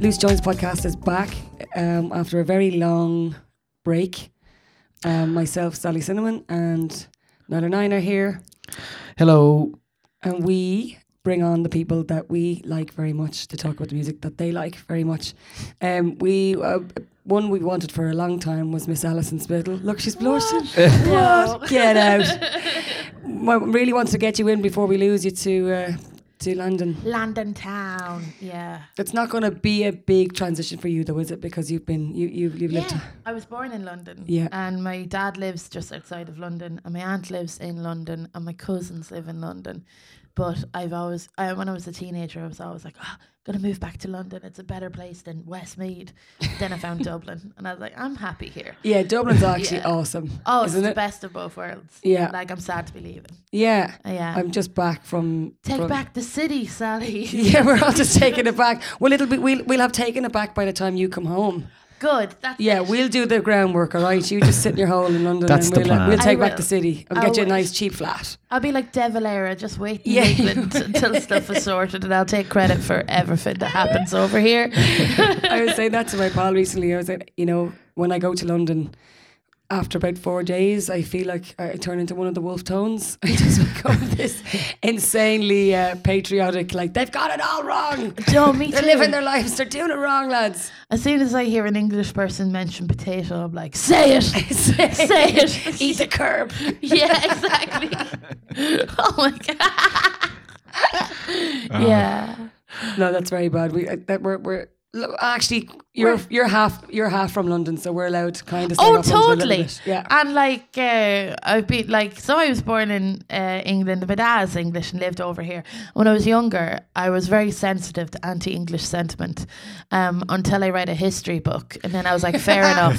Loose Jones podcast is back um, after a very long break. Um, myself, Sally Cinnamon, and Niner Nine are here, Hello. and we bring on the people that we like very much to talk about the music that they like very much. Um, we uh, one we wanted for a long time was Miss Alison Spittle. Look, she's blushing. No. What? Get out. I really wants to get you in before we lose you to uh, to London. London town. Yeah. It's not going to be a big transition for you, though, is it? Because you've been you you've, you've lived. Yeah. I was born in London. Yeah. And my dad lives just outside of London, and my aunt lives in London, and my cousins live in London. But I've always, I, when I was a teenager, I was always like, oh, gonna move back to London. It's a better place than Westmead. then I found Dublin, and I was like, I'm happy here. Yeah, Dublin's actually Yeah. awesome. Oh, isn't it's it? the best of both worlds. Yeah. Like I'm sad to be leaving. Yeah. Uh, yeah. I'm just back from. Take from- back the city, Sally. Yeah, we're all just taking it back. Well, it'll be we'll we'll have taken it back by the time you come home. Good. That's Yeah, it. we'll do the groundwork. All right, you just sit in your hole in London. That's and the we'll, uh, plan. we'll I take back the will. city and I get you a will. nice cheap flat. I'll be like De Valera, just waiting Yeah. in England until stuff is sorted, and I'll take credit for everything that happens over here. I was saying that to my pal recently. I was like, you know, when I go to London, after about four days, I feel like I turn into one of the wolf tones. I just become this insanely uh, patriotic, like, they've got it all wrong. Joe, me They're too. living their lives, they're doing it wrong, lads. As soon as I hear an English person mention potato, I'm like, say it, Say say it. Eat the curb. yeah, exactly. oh my god. yeah. No, that's very bad. We uh, that we're, we're look, actually you're you're half you're half from London, so we're allowed kind of. Oh, sing up onto it a little totally. bit. Yeah. And like, uh, I've been like, so I was born in uh, England. My dad's English and lived over here. When I was younger, I was very sensitive to anti-English sentiment um, until I read a history book, and then I was like, fair enough,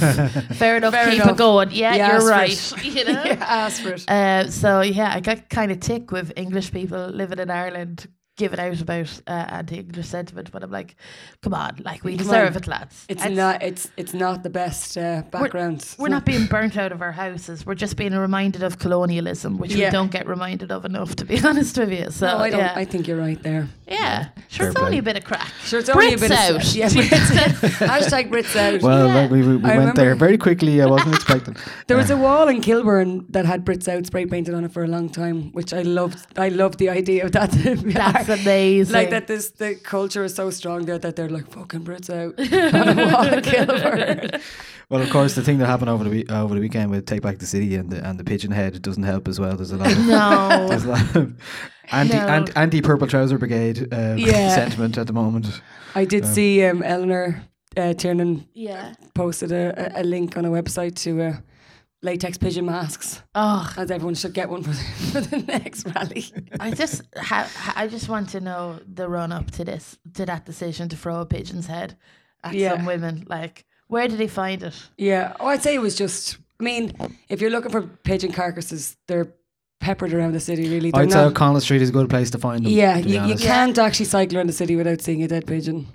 fair enough, Fair keep enough. it going. Yeah, Yeah, you're ask right. You know. yeah, ask for it. Uh, so yeah, I got kind of tick with English people living in Ireland giving out about uh, anti-English sentiment, but I'm like, come on, like we Come deserve on. it, lads. It's not. It's it's not the best uh, background. It's We're not being burnt out of our houses. We're just being reminded of colonialism, which Yeah. we don't get reminded of enough, to be honest with you. So No, I don't. yeah, I think you're right there. yeah. sure, Fair it's play. only a bit of crack. Sure, it's only Brits a bit out. Of, yeah, Brits, hashtag Brits out. Well, Yeah. we, we, we I went there remember- very quickly. I wasn't expecting. there was a wall in Kilburn that had Brits out spray painted on it for a long time, which I loved. I loved the idea of that. That's amazing. Like that, this the culture is so strong there that they're like fucking Brits out on a wall in Kilburn. Well, of course, the thing that happened over the week, over the weekend with Take Back the City and the and the Pigeon Head doesn't help as well. There's a lot. Of, No. there's a lot of anti No. anti, anti Purple Trouser Brigade um, Yeah. sentiment at the moment. I did see um, Eleanor uh, Tiernan yeah. posted a, a, a link on a website to uh, latex pigeon masks, Oh, as everyone should get one for the, for the next rally. I just ha- ha- I just want to know the run up to this to that decision to throw a pigeon's head at Yeah. some women. Like, where did he find it? Yeah. Oh, I'd say it was just. I mean, if you're looking for pigeon carcasses, they're peppered around the city. Really, they're I'd say not. O'Connell Street is a good place to find them. yeah, to be you, you honest. can't actually cycle around the city without seeing a dead pigeon.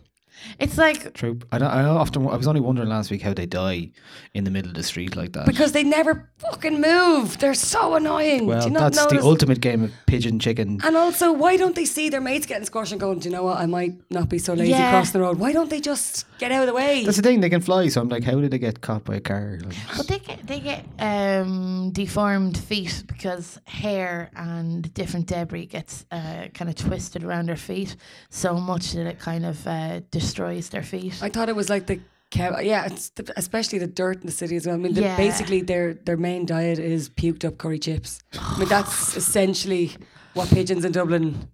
It's like True. I, don't, I often I was only wondering last week how they die in the middle of the street like that. Because they never fucking move. They're so annoying. well, Do you not that's notice? the ultimate game of pigeon chicken. and also, why don't they see their mates getting squashed and going, do you know what? I might not be so lazy Yeah. crossing the road. Why don't they just get out of the way? That's the thing; they can fly. So I'm like, how did they get caught by a car? Like, But they get they get um, deformed feet because hair and different debris gets uh, kind of twisted around their feet so much that it kind of uh, destroys their feet. I thought it was like the chem- yeah, it's the, especially the dirt in the city as well. I mean, the, Yeah. basically their their main diet is puked up curry chips. I mean, that's essentially what pigeons in Dublin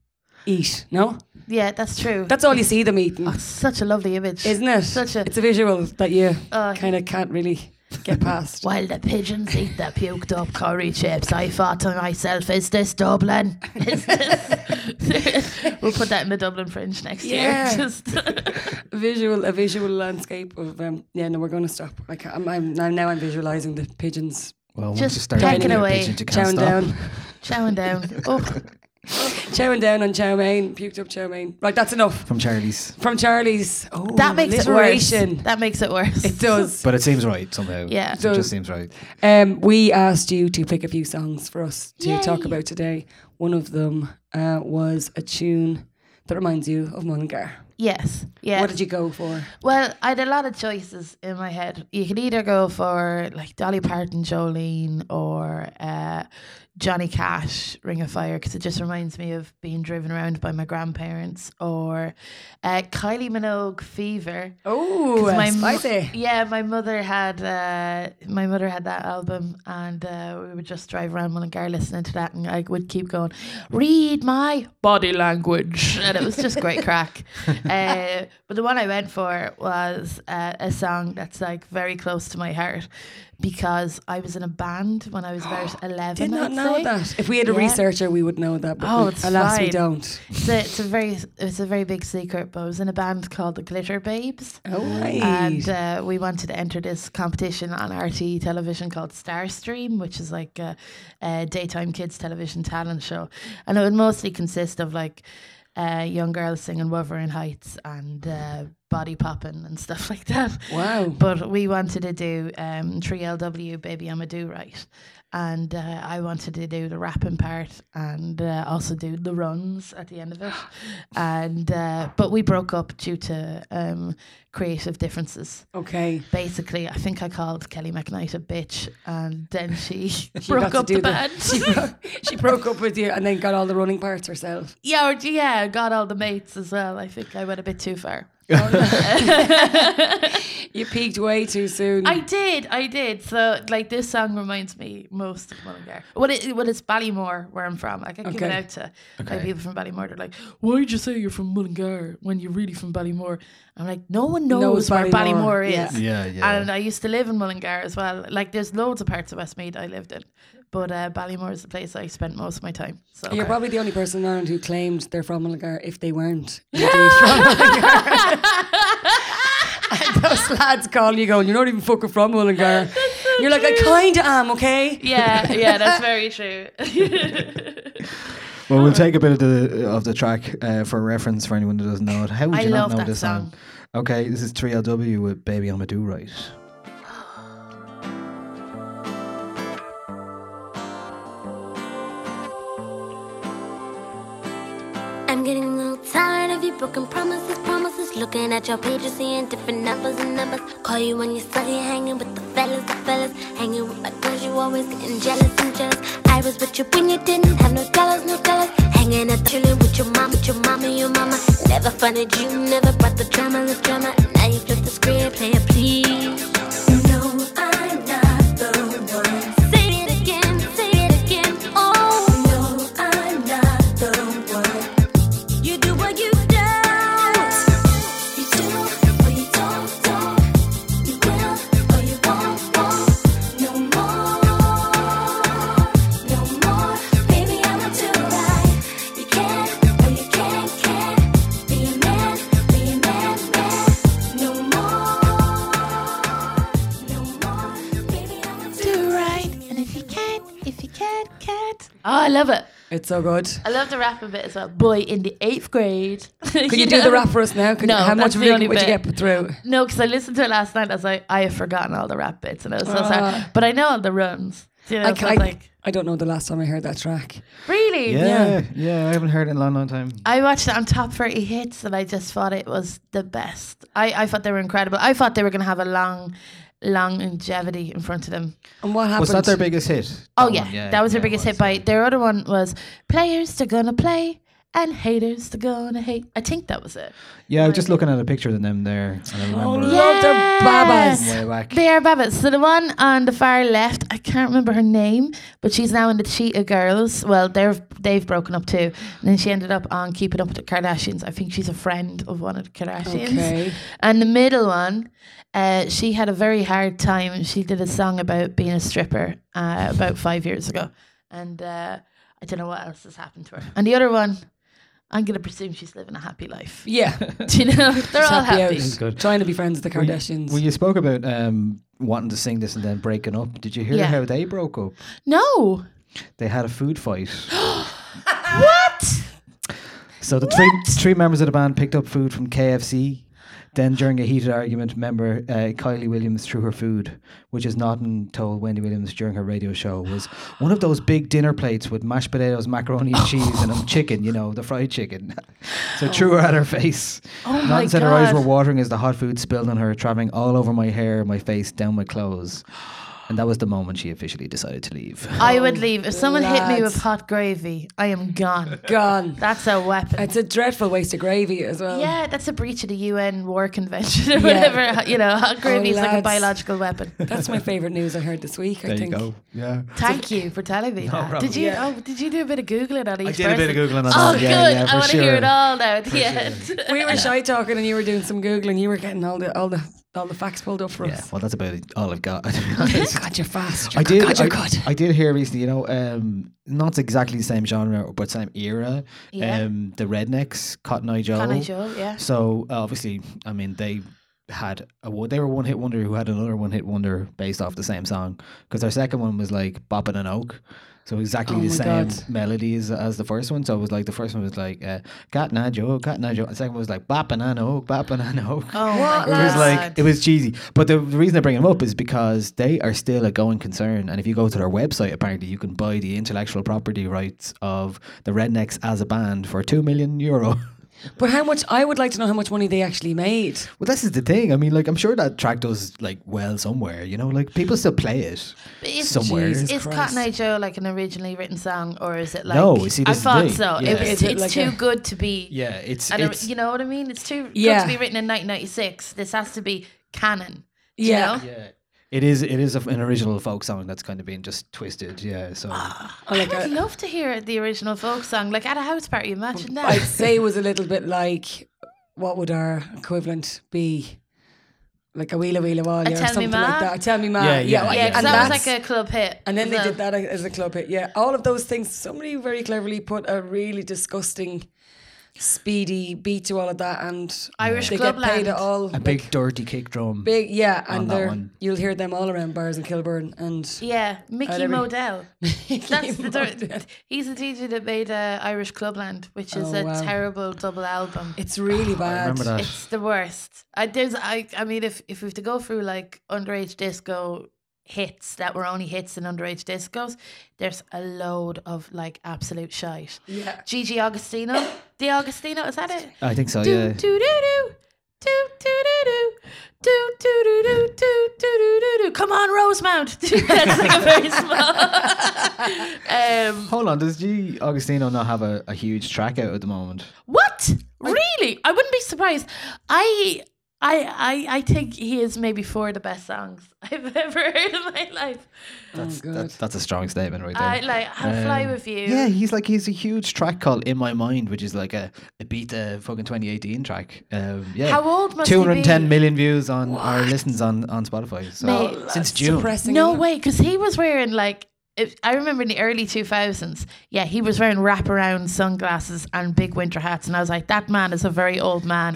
eat. No, yeah, that's true. that's all you see them eating, Oh, such a lovely image. isn't it? Such a- it's a visual that you Oh. kind of can't really get past. While the pigeons eat the puked up curry chips, I thought to myself, "Is this Dublin? Is this?" we'll put that in the Dublin Fringe next Yeah. year. Just visual, a visual landscape of um, yeah. No, we're going to stop. I can't, I'm, I'm now- now I'm visualizing the pigeons well, Just once you start pecking eating a away, pigeon, you can't chowing down, chowing stop. down. Oh, chowing down on chow mein, puked up chow mein. Right, that's enough from Charlie's. from Charlie's. Oh, that makes it worse. alliteration. That makes it worse. It does. But it seems right somehow. Yeah. it So- just seems right. Um, we asked you to pick a few songs for us to Yay. talk about today. One of them uh, was a tune that reminds you of Mullingar. Yes. Yeah. What did you go for? Well, I had a lot of choices in my head. You could either go for like Dolly Parton, Jolene, or uh, Johnny Cash, Ring of Fire, because it just reminds me of being driven around by my grandparents, or uh, Kylie Minogue, Fever. Oh, 'Cause uh, my mo- spicy. Yeah, my mother had uh, my mother had that album, and uh, we would just drive around Mullingar listening to that, and I would keep going, "Read my body language," and it was just great crack. Uh, but the one I went for was uh, a song that's like very close to my heart because I was in a band when I was about eleven. Did not I'd know say. that. If we had a Yeah. researcher, we would know that. But Oh, we- it's alas, we fine. don't. It's a, it's a very it's a very big secret, but I was in a band called the Glitter Babes. Oh, right. And uh, we wanted to enter this competition on RT television called Starstream, which is like a, a daytime kids television talent show. And it would mostly consist of like uh, young girls singing Wuthering Heights and uh, body popping and stuff like that. wow. But we wanted to do um, 3LW Baby I'ma Do Right. And uh, I wanted to do the rapping part and uh, also do the runs at the end of it. And uh, but we broke up due to um, creative differences. Okay. Basically, I think I called Kelly McKnight a bitch, and then she, got broke to up do the the- band. She broke, she broke up with you and then got all the running parts herself. yeah, or, yeah, got all the mates as well. I think I went a bit too far. You peaked way too soon. I did, I did. So like this song reminds me most of Mullingar. Well, it, well, it's Ballymore where I'm from. Like I give it Okay. out to like, people from Ballymore. They're like, "Why'd you say you're from Mullingar when you're really from Ballymore?" I'm like, "No one knows, Knows where Ballymore, Ballymore, yeah. is." Yeah, yeah. And I used to live in Mullingar as well. Like there's loads of parts of Westmead I lived in, but uh, Ballymore is the place I spent most of my time. So You're probably the only person in Ireland who claimed they're from Mullingar if they weren't indeed from Mullingar. and those lads call you going, you're not even fucking from Mullingar. You're like, I kind of am, okay? yeah, yeah, that's very true. Well, we'll take a bit of the of the track uh, for reference for anyone that doesn't know it. How would I you not love know that this song? song. Okay, this is 3LW with Baby I'm a Do Right. I'm getting a little tired of your broken promises, promises. Looking at your pages, seeing different numbers and numbers. Call you when you're studying, hanging with the fellas, the fellas. Hanging with my girls, you always getting jealous and jealous. I was with you when you didn't have no dollars, no dollars. Hanging out, chilling with your mama, your mama, your mama. Never funded you, never brought the drama, the drama. And now you flip the screen, play it, please. You know I'm not the one. Say it again, say it again, oh. No, I'm not the one. You do what you don't. You do what you don't, don't. You will or you won't, won't. No more, no more. Baby, I'ma do right. You can or you can't, can. Be a man, be a man, man. No more, no more. Baby, I'ma do right. and if you can't, if you can't, can't. Oh, I love it. It's so good. I love the rap a bit as well. Boy, in the eighth grade. Could Can you, do the rap for us now? Could No, you, how much that's the really only would you bit. get through? No, because I listened to it last night. I was like, I have forgotten all the rap bits, and I was so Ah. sorry. But I know all the runs. You know, I, so I, it's like, I don't know the last time I heard that track. really? Yeah, yeah, I haven't heard it in a long, long time. I watched it on Top 30 Hits, and I just thought it was the best. I, I thought they were incredible. I thought they were going to have a long, long longevity in front of them. And what happened? Was that their biggest hit? Oh, That yeah, one, That was their yeah, it biggest hit was, by. yeah. Their other one was Players, They're Gonna Play, and Haters, They're Gonna Hate. I think that was it. Yeah, I was just looking at a picture of them there. And I Oh, remember love the Yeah. babas. way back. They are Babbitts. So the one on the far left, I can't remember her name, but she's now in the Cheetah Girls. Well, they've they've broken up too, and then she ended up on Keeping Up with the Kardashians. I think she's a friend of one of the Kardashians. Okay. And the middle one, uh, she had a very hard time. She did a song about being a stripper uh, about five years ago, and uh, I don't know what else has happened to her. And the other one, I'm gonna presume she's living a happy life. Yeah. Do you know, they're all Happy happy. out. Good. Trying to be friends with the Well, you- Kardashians. Well, you spoke about um, wanting to sing this and then breaking up. Did you hear Yeah. how they broke up? No, They had a food fight. what? So the three three members of the band picked up food from KFC Then during a heated argument, remember uh, Kylie Williams threw her food, which is not told Wendy Williams during her radio show was one of those big dinner plates with mashed potatoes, macaroni and cheese, and um, chicken. You know, the fried chicken. so threw her at her face. Oh my Norton said her eyes God. were watering as the hot food spilled on her, traveling all over my hair, my face, down my clothes. And that was the moment she officially decided to leave. I would leave. If someone hit me with Oh, lads. hot gravy, I am gone. Gone. That's a weapon. It's a dreadful waste of gravy as well. yeah, that's a breach of the UN war convention or Yeah. Oh, whatever. You know, hot gravy is like a lads. biological weapon. That's my favorite news I heard this week. I think. Yeah. Thank you for telling me that. problem. Did you? Yeah. Oh, did you do a bit of googling on each? I did a bit person? of Googling on Oh, that. good. Yeah, yeah, I for want to hear sure. it all now. At the end. We were shy talking, and you were doing some googling. You were getting all the all the all the facts pulled up for Yeah. us. Well, that's about all I've got. to be honest. God, you're fast. I did. God, I, you're good. I did hear recently. You know, um, not exactly the same genre, but same era. Yeah. Um, the Rednecks, Cotton Eye Joe. Can Oh. I show? Yeah. So uh, obviously, I mean, they had a wo- they were one hit wonder who had another one hit wonder based off the same song because their second one was like bopping an oak. So exactly Oh the my same God. melody as, as the first one. So it was like the first one was like uh, "Cotton Eye Joe, Cotton Eye Joe." The second one was like "Bopping an oak, Bopping an oak." Oh What, my It was lads? god. like it was cheesy, but the the reason I bring them up is because they are still a going concern, and if you go to their website, apparently you can buy the intellectual property rights of the Rednecks as a band for two million euro. But how much? I would like to know how much money they actually made. Well, this is the thing. I mean, like, I'm sure that track does like well somewhere. You know, like people still play it But is- somewhere. Jesus. Is Christ. Cotton Eye Joe like an originally written song, or is it like? No, see, this I is the thought thing. so. Yeah. It was. Is It's, it like too a- good to be. Yeah, it's I don't, it's uh, you know what I mean? It's too Yeah. good to be written in 1996. This has to be canon. do Yeah. You know? yeah, it is it is a- an original folk song that's kind of been just twisted. Yeah, so Ah, Or like uh, I would a, love to hear the original folk song, like at a house party. Imagine I'd that. say it was a little bit like, what would our equivalent be? Like a wheeler wheeler wall, or Tell Me something Ma? like that. Tell me, ma. Yeah, yeah, well, yeah, and because that that's- was like a club hit. And then they as did well. that as a club hit. Yeah, all of those things. Somebody very cleverly put a really disgusting, speedy beat to all of that, and Irish they club get paid land. at all. a big dirty kick drum. big, yeah, on and that they're, one. you'll hear them all around bars in Kilburn. And Yeah, Mickey every- Modell. That's the dir- he's the DJ that made uh, Irish Clubland, which is Oh, a wow. terrible double album. it's really bad. Oh, I remember that. It's the worst. I there's I I mean if if we have to go through like underage disco hits that were only hits in underage discos, there's a load of like absolute shite. Yeah. Gigi Agostino, the Agostino, is that it? I think so. Do Yeah. do do do. Do do do do do do do do do do do do do. Come on, Rosemount. That's like a very small. um, Hold on, does G Augustino not have a, a huge track out at the moment? What? Really? I wouldn't be surprised. I I I I think he is maybe four of the best songs I've ever heard in my life. That's, oh, God. That's that's a strong statement right there. I like I'll fly Um, with you. Yeah, he's like he's a huge track called "In My Mind," which is like a, a beat the fucking 2018 track. Um, yeah, How old must he Two be? hundred ten million views on our listens on on Spotify. So Mate. since June, depressing. No isn't it? way, because he was wearing like if, I remember in the early two thousands. Yeah, he was wearing wraparound sunglasses and big winter hats, and I was like, that man is a very old man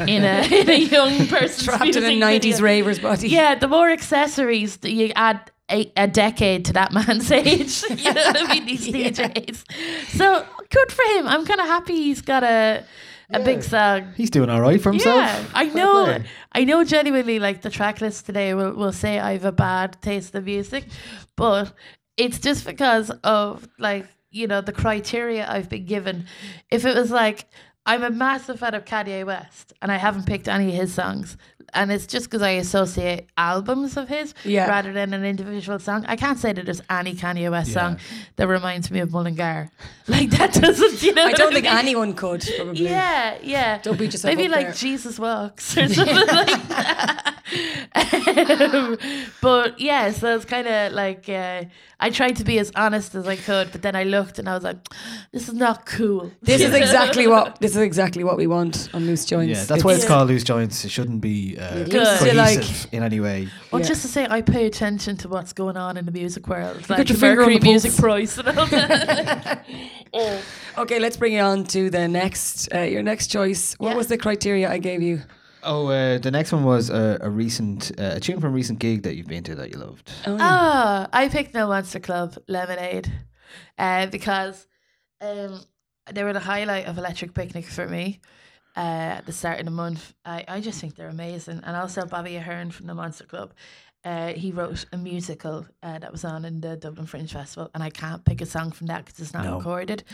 in a in a young person Trapped in a 90s raver's body. Yeah, the more accessories that you add a, a decade to that man's age, you know what I mean? These DJs. So good for him. I'm kind of happy he's got a a big song. he's doing all right for himself. Yeah, I Fair know. play. I know. Genuinely, like the track list today will will say I have a bad taste of music, but it's just because of like you know the criteria I've been given. If it was like I'm a massive fan of Kanye West and I haven't picked any of his songs. And it's just because I associate albums of his Yeah. rather than an individual song. I can't say that there's any Kanye West song that reminds me of Mullingar. Like that doesn't, you know. I what don't think mean? anyone could, probably. Yeah, yeah. Don't beat yourself Maybe up like there. Jesus walks or something like that. Um, but yeah, so it's kind of like uh, I tried to be as honest as I could, but then I looked and I was like, this is not cool. This is exactly what this is exactly what we want on loose joints. Yeah, that's why it's called loose joints. It shouldn't be uh, Good. cohesive Like- in any way. Well, Yeah. just to say, I pay attention to what's going on in the music world, like your the finger on Mercury the pulse. music price and all that. Okay, let's bring it on to the next uh, your next choice. What Yeah. was the criteria I gave you? Oh, uh, the next one was uh, a recent uh, a tune from a recent gig that you've been to that you loved. Oh, I picked No Monster Club Lemonade uh, because um, they were the highlight of Electric Picnic for me. uh, at the start of the month. I, I just think they're amazing. And also Bobby Ahern from the Monster Club. Uh, he wrote a musical uh, that was on in the Dublin Fringe Festival, and I can't pick a song from that because it's not No. recorded.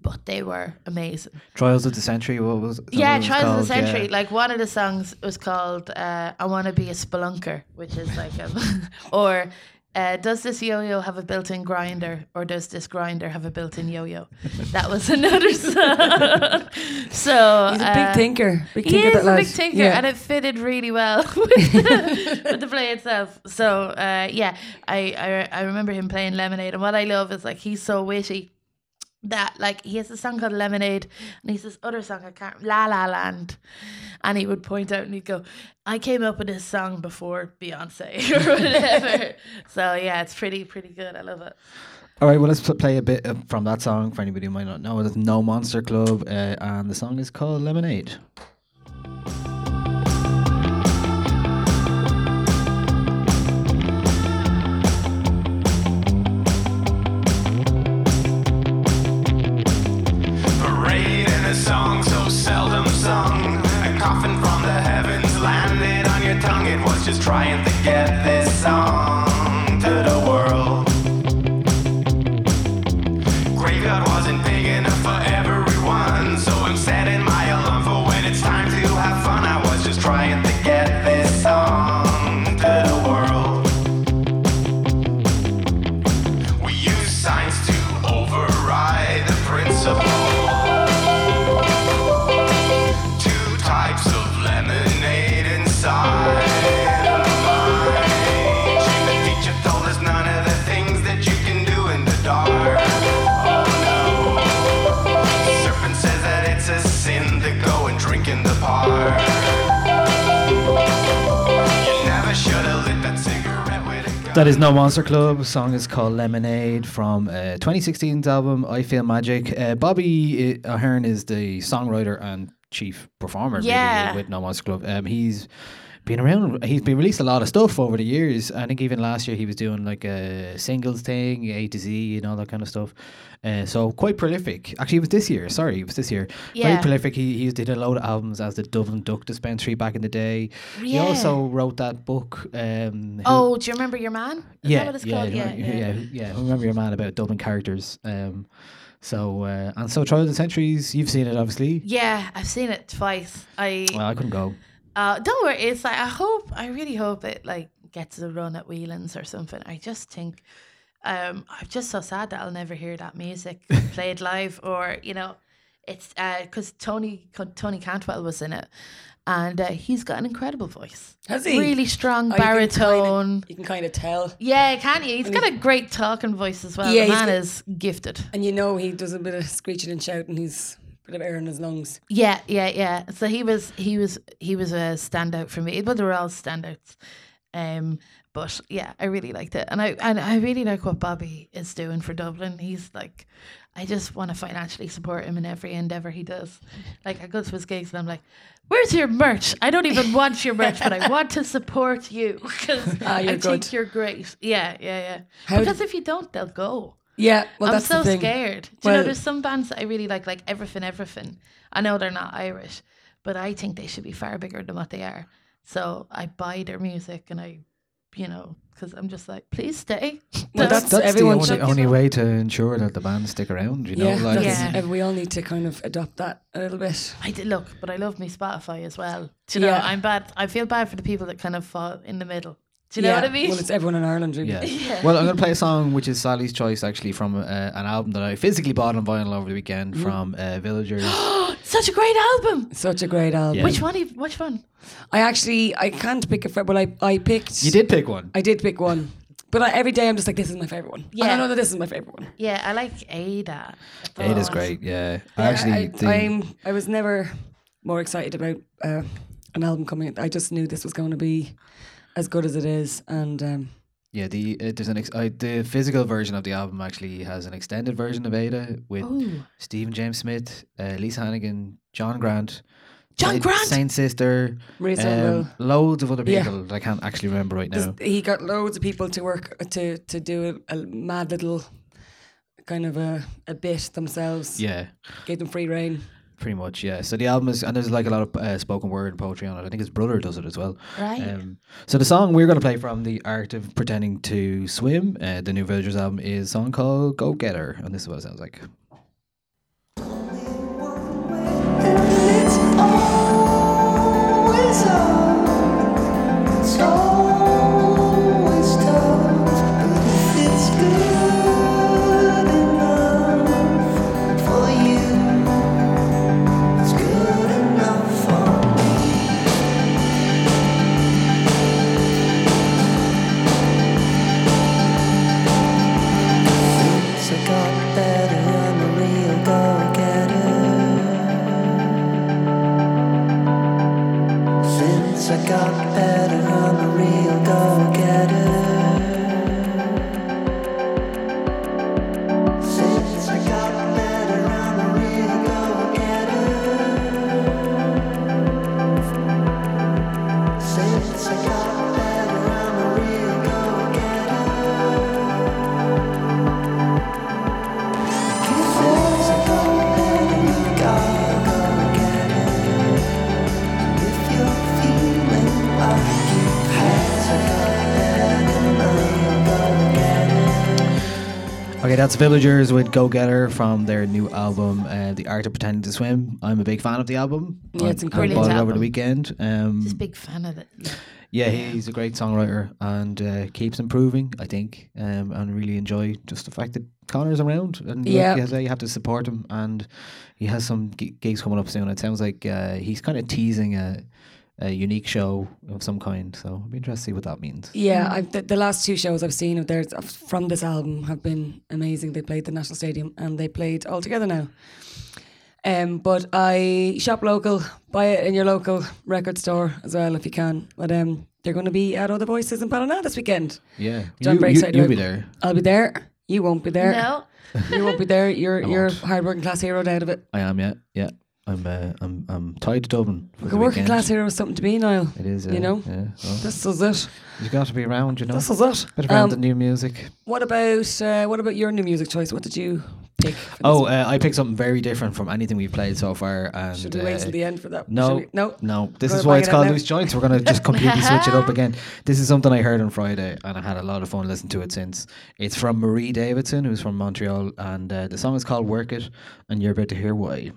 But they were amazing. Trials of the Century. What was? is that Yeah, what it was Trials of the called? Yeah. Century. Like one of the songs was called uh, "I Want to Be a Spelunker," which is like a, or uh, "Does this yo-yo have a built-in grinder?" or "Does this grinder have a built-in yo-yo?" That was another song. so He's a uh, big thinker. Big He thinker, is that a lad. big tinker, Yeah. Oh, and it fitted really well with the, with the play itself. So uh, yeah, I, I I remember him playing Lemonade, and what I love is like he's so witty that like he has a song called Lemonade, and he's this other song I can't La La Land, and he would point out and he'd go, "I came up with this song before Beyonce or whatever." so yeah, it's pretty pretty good. I love it. All right, well, let's pl- play a bit of, from that song for anybody who might not know. It's No Monster Club, uh, and the song is called Lemonade. parade and a song so seldom sung. A coffin from the heavens landed on your tongue. It was just trying to get this song to the world. Graveyard wasn't big enough for everyone, so I'm setting my alarm for when it's time to have fun. I was just trying to get this song to the world. We use signs to override the principle. Two types of lemonade inside. mine. The teacher told us none of the things that you can do in the dark. Oh no. Serpent says that it's a sin to go and drink in the park. You never should have lit that cigarette with a gun. That is No Monster Club. The song is called Lemonade from uh, 2016's album I Feel Magic. Uh, Bobby uh, Ahern is the songwriter and chief performer really, Yeah. with No Monster Club. Um, he's been around. He's been released a lot of stuff over the years. I think even last year he was doing like a singles thing, A to Z, and all that kind of stuff. Uh, so quite prolific. Actually, it was this year. Sorry, it was this year. Very Yeah. prolific. He, he did a load of albums as the Dublin Duck Dispensary back in the day. He Yeah. also wrote that book. Um, Who- Oh, do you remember your man? Is that yeah, what it's yeah, called? yeah, yeah, yeah, yeah. I Remember your man about Dublin characters. Um, so uh, and so, Trials and Centuries. You've seen it, obviously. Yeah, I've seen it twice. I Well, I couldn't go. Uh, don't worry. It's like I hope. I really hope it like gets a run at Whelan's or something. I just think, um, I'm just so sad that I'll never hear that music played live, or you know, it's because Tony Tony Cantwell was in it, and uh, he's got an incredible voice. Has he? Really strong Oh, you can baritone. kinda- You can kind of tell. yeah, can he? He's got a great talking voice as well. Yeah, the he's man got- is gifted. And you know he does a bit of screeching and shouting. He's a bit of air in his lungs. Yeah, yeah, yeah. So he was he was he was a standout for me. Well, they were all standouts. Um, but yeah, I really liked it, and I and I really like what Bobby is doing for Dublin. He's like, I just want to financially support him in every endeavor he does. Like I go to his gigs and I'm like, "Where's your merch? I don't even want your merch, but I want to support you because Ah, I you're think good. you're great." Yeah, yeah, yeah. How d- because if you don't, they'll go. Yeah, well, I'm that's so the thing. scared. Do you Well- know, there's some bands that I really like, like Everything, Everything. I know they're not Irish, but I think they should be far bigger than what they are. So I buy their music and I, you know, because I'm just like, please stay. Well, That's- that's, That's everyone. the should- only, only way to ensure that the bands stick around. You know, yeah, like that's- Yeah. uh, we all need to kind of adopt that a little bit. I did look, but I love me Spotify as well. Do you know, Yeah. I'm bad. I feel bad for the people that kind of fall in the middle. Do you know Yeah, what I mean? Well, it's everyone in Ireland, really. Yeah. Well, I'm going to play a song which is Sally's choice, actually, from uh, an album that I physically bought on vinyl over the weekend from uh, Villagers. Such a great album. Such a great album. Yeah. Which one? ev- Which one? I actually I can't pick a favorite, but I I picked. you did pick one. I did pick one, but I, every day I'm just like, this is my favorite one. Yeah, and Yeah. I know that this is my favorite one. Yeah, I like Ada. Oh, It is great. Yeah, I actually. I, think- I'm I was never more excited about uh, an album coming. out. I just knew this was going to be as good as it is, and um, Yeah, the uh, there's an ex- uh, the physical version of the album actually has an extended version of Ada with Ooh. Stephen James Smith, uh, Lisa Hannigan, John Grant, John Saint- Grant? Saint Sister, Maria um, Somerville. loads of other Yeah. people that I can't actually remember right There's- now. he got loads of people to work uh, to to do a, a mad little kind of a, a bit themselves. Yeah, Gave them free reign. Pretty much, yeah. So the album is, and there's like a lot of uh, spoken word and poetry on it. I think his brother does it as well. Right. Um, so the song we're going to play from the Art of Pretending to Swim, uh, the new Villagers album, is a song called Go Getter, and this is what it sounds like. It's always on. It's always tough. But if it's good enough for you, it's good enough for me. Things have got better. I'm a real go-getter. Since I got better, I'm a real go-getter. Since I got better, I'm a real go-getter. Since I got better, I'm a real go-getter. Since I got better, you got go-getter. If you're feeling like you've had to Okay, that's Villagers with Go Getter from their new album, uh, The Art of Pretending to Swim. I'm a big fan of the album. Yeah, it's I- I incredible. bought it over Brilliant the weekend. Um, Just big fan of it. Yeah, he's a great songwriter and uh, keeps improving, I think, um, and really enjoy just the fact that Connor's around. And like Yeah. you say, you have to support him, and he has some gi- gigs coming up soon. It sounds like uh, he's kind of teasing a, a unique show of some kind, so I'll be interested to see what that means. Yeah, I've, the, the last two shows I've seen of theirs of- from this album have been amazing. They played the National Stadium and they played all together now. Um, but I shop local, buy it in your local record store as well if you can. But um, they're going to be at Other Voices in Ballina this weekend. Yeah, John you, Brake's you, out you'll there. be there. I'll be there. You won't be there. No, You won't be there. You're I you're won't. a hard working class hero out of it. I am. Yeah, yeah. I'm. Uh, I'm. I'm tied to Dublin. For Like the a working weekend. class hero is something to be, Niall. It is. Uh, you know? Yeah. Well, This is it. you got to be around. You know. This is it. Bit around Um, the new music. What about uh, what about your new music choice? What did you pick? for this Oh, uh, I picked something very different from anything we've played so far. And Should we wait till uh, the end for that? No, Should we- no. no. This Gonna is why bang it's it out called now. loose joints. We're gonna just completely switch it up again. This is something I heard on Friday, and I had a lot of fun listening to it since. It's from Marie Davidson, who's from Montreal, and uh, the song is called "Work It," and you're about to hear why.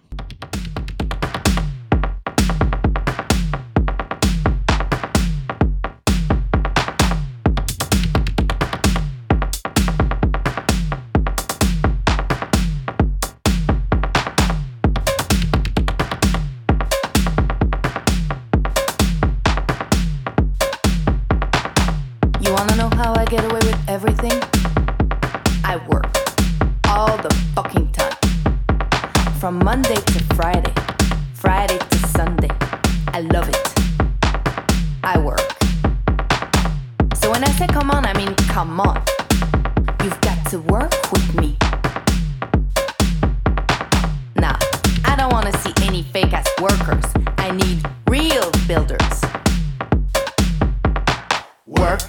You wanna know how I get away with everything? I work all the fucking time. From Monday to Friday, Friday to Sunday. I love it. I work. So when I say come on, I mean come on. You've got to work with me. Nah, I don't wanna see any fake ass workers. I need real builders. Work.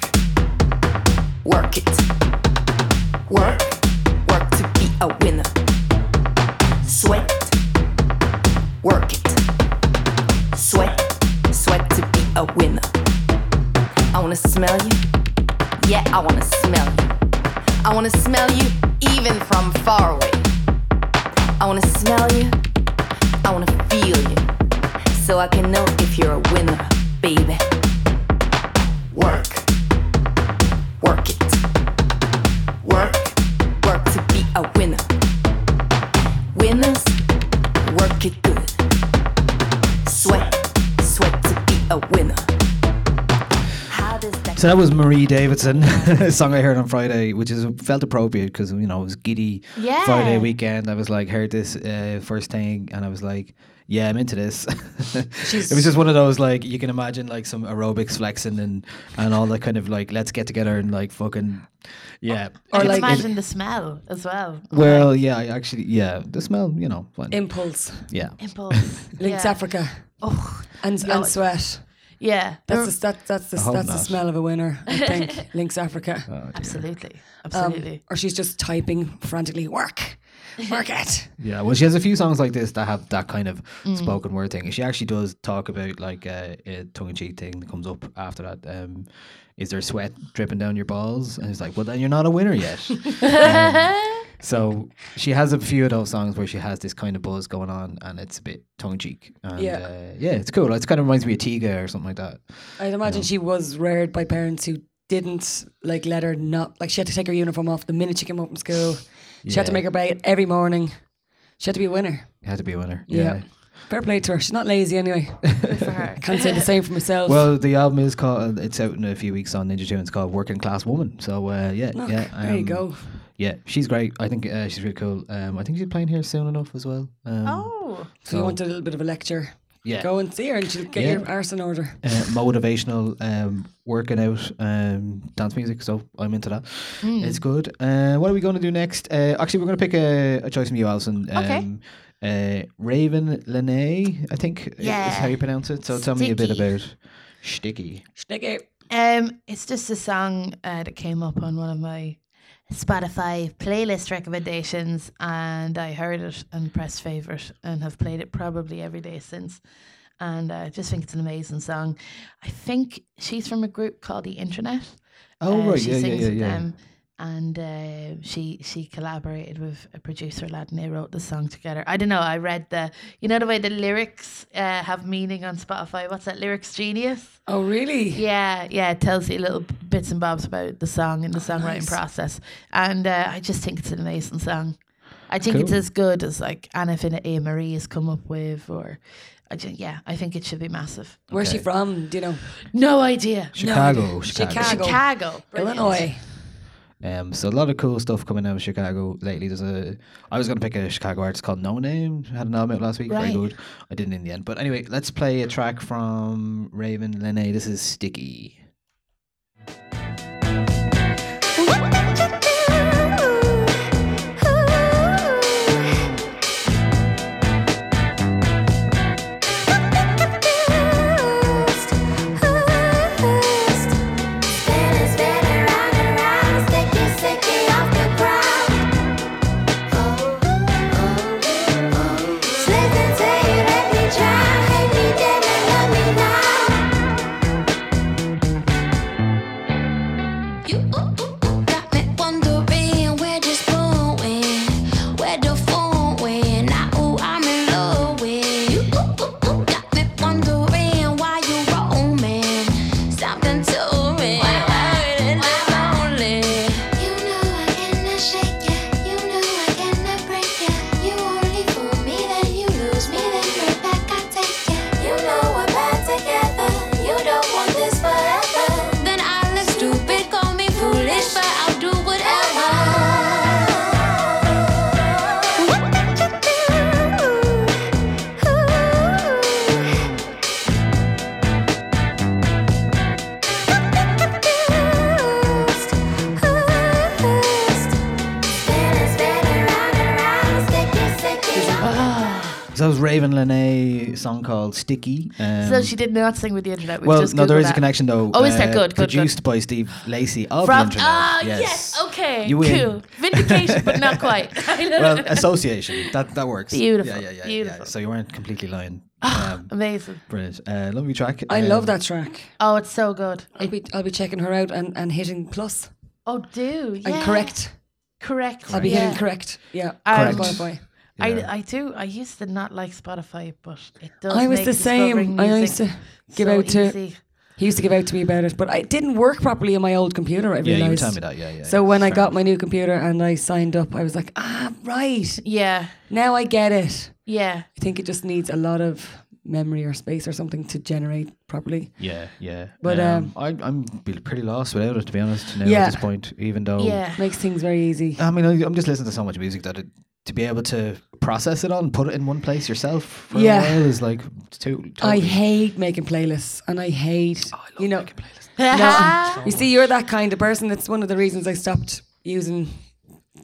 Work it. Work. Work to be a winner. Sweat. Work it. Sweat. Sweat to be a winner. I wanna smell you. Yeah, I wanna smell you. I wanna smell you even from far away. I wanna smell you. I wanna feel you. So I can know if you're a winner, baby. Work work it. Work, work to be a winner. Winners, work it good. Sweat, sweat to be a winner. How does that So that was Marie Davidson, a song I heard on Friday, which is felt appropriate because you know it was giddy Yeah. Friday weekend. I was like, heard this uh, first thing, and I was like, yeah, I'm into this. it was just one of those like you can imagine like some aerobics flexing and and all that kind of like let's get together and like fucking yeah. Or I can like- imagine the smell as well. well, yeah, I actually yeah, the smell, you know, fun. Impulse, yeah. Impulse. Links yeah. Africa, Oh, and Yeah. and sweat. Yeah. That's the, s- that, that's the, s- hope that's the not. Uh, smell of a winner, I think. Links Africa. Oh, absolutely. Um, Absolutely. or she's just typing frantically, work, work it. Yeah, well, she has a few songs like this that have that kind of Mm. spoken word thing. She actually does talk about like uh, a tongue in cheek thing that comes up after that. Um, is there sweat dripping down your balls? And it's like, well, then you're not a winner yet. Um, so she has a few of those songs where she has this kind of buzz going on, and it's a bit tongue in cheek. And, Yeah. uh, yeah, it's cool. It kind of reminds me of Tiga or something like that. I'd imagine she was reared by parents who didn't like let her not like she had to take her uniform off the minute she came home from school. She had to Yeah. make her bed every morning. She had to be a winner. It had to be a winner. Yeah. Fair play to her. She's not lazy anyway. Good for her. Can't say the same for myself. Well, the album is called. It's out in a few weeks on Ninja Tune. It's called Working Class Woman. So uh, yeah, Look, yeah. Oh, there you um, go. Yeah, she's great. I think uh, she's really cool. Um, I think she's playing here soon enough as well. Um, Oh. So you wanted a little bit of a lecture. yeah, Go and see her and she'll get Yeah. your arse in order. uh, motivational, um, working out, um, dance music. So I'm into that. Hmm. It's good. Uh, what are we going to do next? Uh, actually, we're going to pick a, a choice from you, Alison. Um, Okay. Uh, Raven Lene, I think i- Yeah. is how you pronounce it. So tell me a bit Sticky. about Sticky. Stick it. Um, it's just a song uh, that came up on one of my Spotify playlist recommendations, and I heard it and pressed favorite, and have played it probably every day since. And uh, I just think it's an amazing song. I think she's from a group called The Internet. Oh, Uh, right. She Yeah, yeah, sings yeah, with yeah. them. And uh, she she collaborated with a producer lad, and they wrote the song together. I don't know. I read the you know the way the lyrics uh, have meaning on Spotify. What's that? Lyrics genius. Oh really? Yeah, yeah, it tells you little bits and bobs about the song and the Oh, songwriting nice. process. And uh, I just think it's an amazing song. I think it's Cool. as good as like anything that A. Marie has come up with, or I just, yeah, I think it should be massive. Where's she Okay. from? Do you know? No idea. Chicago, Chicago. Chicago. Chicago, Brilliant. Illinois. Um, so a lot of cool stuff coming out of Chicago lately. There's a I was gonna pick a Chicago artist called No Name. Had an album out last week, Right. very good. I didn't in the end. But anyway, let's play a track from Raven Lene. This is Sticky. You got me wondering where this going, where the phone went. Now I'm in love with you. Got me wondering why you roaming, something to me. I'm lonely. You know I cannot shake ya. You know I cannot break ya. You only fool me, then you lose me, then right back I take ya. You know we're bad together. You don't want this forever. Then I look stupid, call me foolish, but I'll do whatever. What did you do? So that was Raven Lene song called Sticky. Um, So she did not sing with the internet. We've well, just no, there Googled is a that. connection though. uh, Oh, is there? Good, good, good. Produced by Steve Lacey of the From Internet. ah yes. okay, You win. cool vindication, but not quite. Well, association. That that works. Beautiful, Yeah, yeah, yeah. yeah. beautiful. Ah. So you weren't completely lying. Um, amazing. brilliant. Uh, lovely track. I love Um, that track. Oh, it's so good. I'll be I'll be checking her out and, and hitting plus Oh, do yeah. and correct. correct. I'll be yeah. hitting correct. Yeah. Um, Correct. Spotify. Yeah. I, I do. I used to not like Spotify, but it does. I was make the same. discovering I used music to give so out to easy. he used to give out to me about it, but it didn't work properly on my old computer. I Yeah, realized. you were telling me that. Yeah, yeah. So when I Fair got enough. my new computer and I signed up, I was like, ah, right. Yeah, Now I get it. yeah. I think it just needs a lot of memory or space or something to generate properly. Yeah, yeah. Um, But, um, I, I'm be- pretty lost without it, to be honest. Now Yeah. at this point, even though Yeah. Makes things very easy. I mean, I- I'm just listening to so much music that it, to be able to process it all and put it in one place yourself for Yeah. a while is like too. I Totally. Oh, hate making playlists and I hate, you know, No. you see, you're that kind of person. That's one of the reasons I stopped using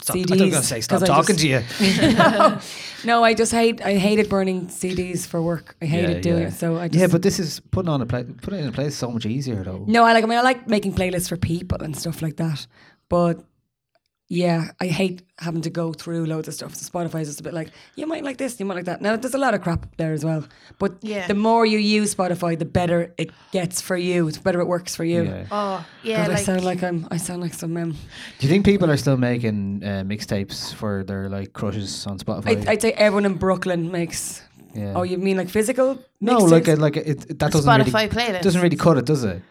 Stop- I CDs. thought you were gonna say stop 'cause I talking just- to you. No, I just hate. I hated burning CDs for work. I hated doing it. So I just. yeah, but this is putting on a play, putting it in a place so much easier though. no, I like. I mean, I like making playlists for people and stuff like that. But yeah, I hate having to go through loads of stuff. So Spotify is just a bit like you might like this, you might like that. Now there's a lot of crap there as well. But Yeah. the more you use Spotify, the better it gets for you. The better it works for you. Yeah. Oh, yeah. God, I Like, sound like I'm. I sound like some. Um, Do you think people are still making uh, mixtapes for their like crushes on I, Spotify? I'd say everyone in Brooklyn makes. yeah. Oh, you mean like physical? no, mixtapes? like a, like a, it, that doesn't Spotify really playlist. doesn't really cut it, does it?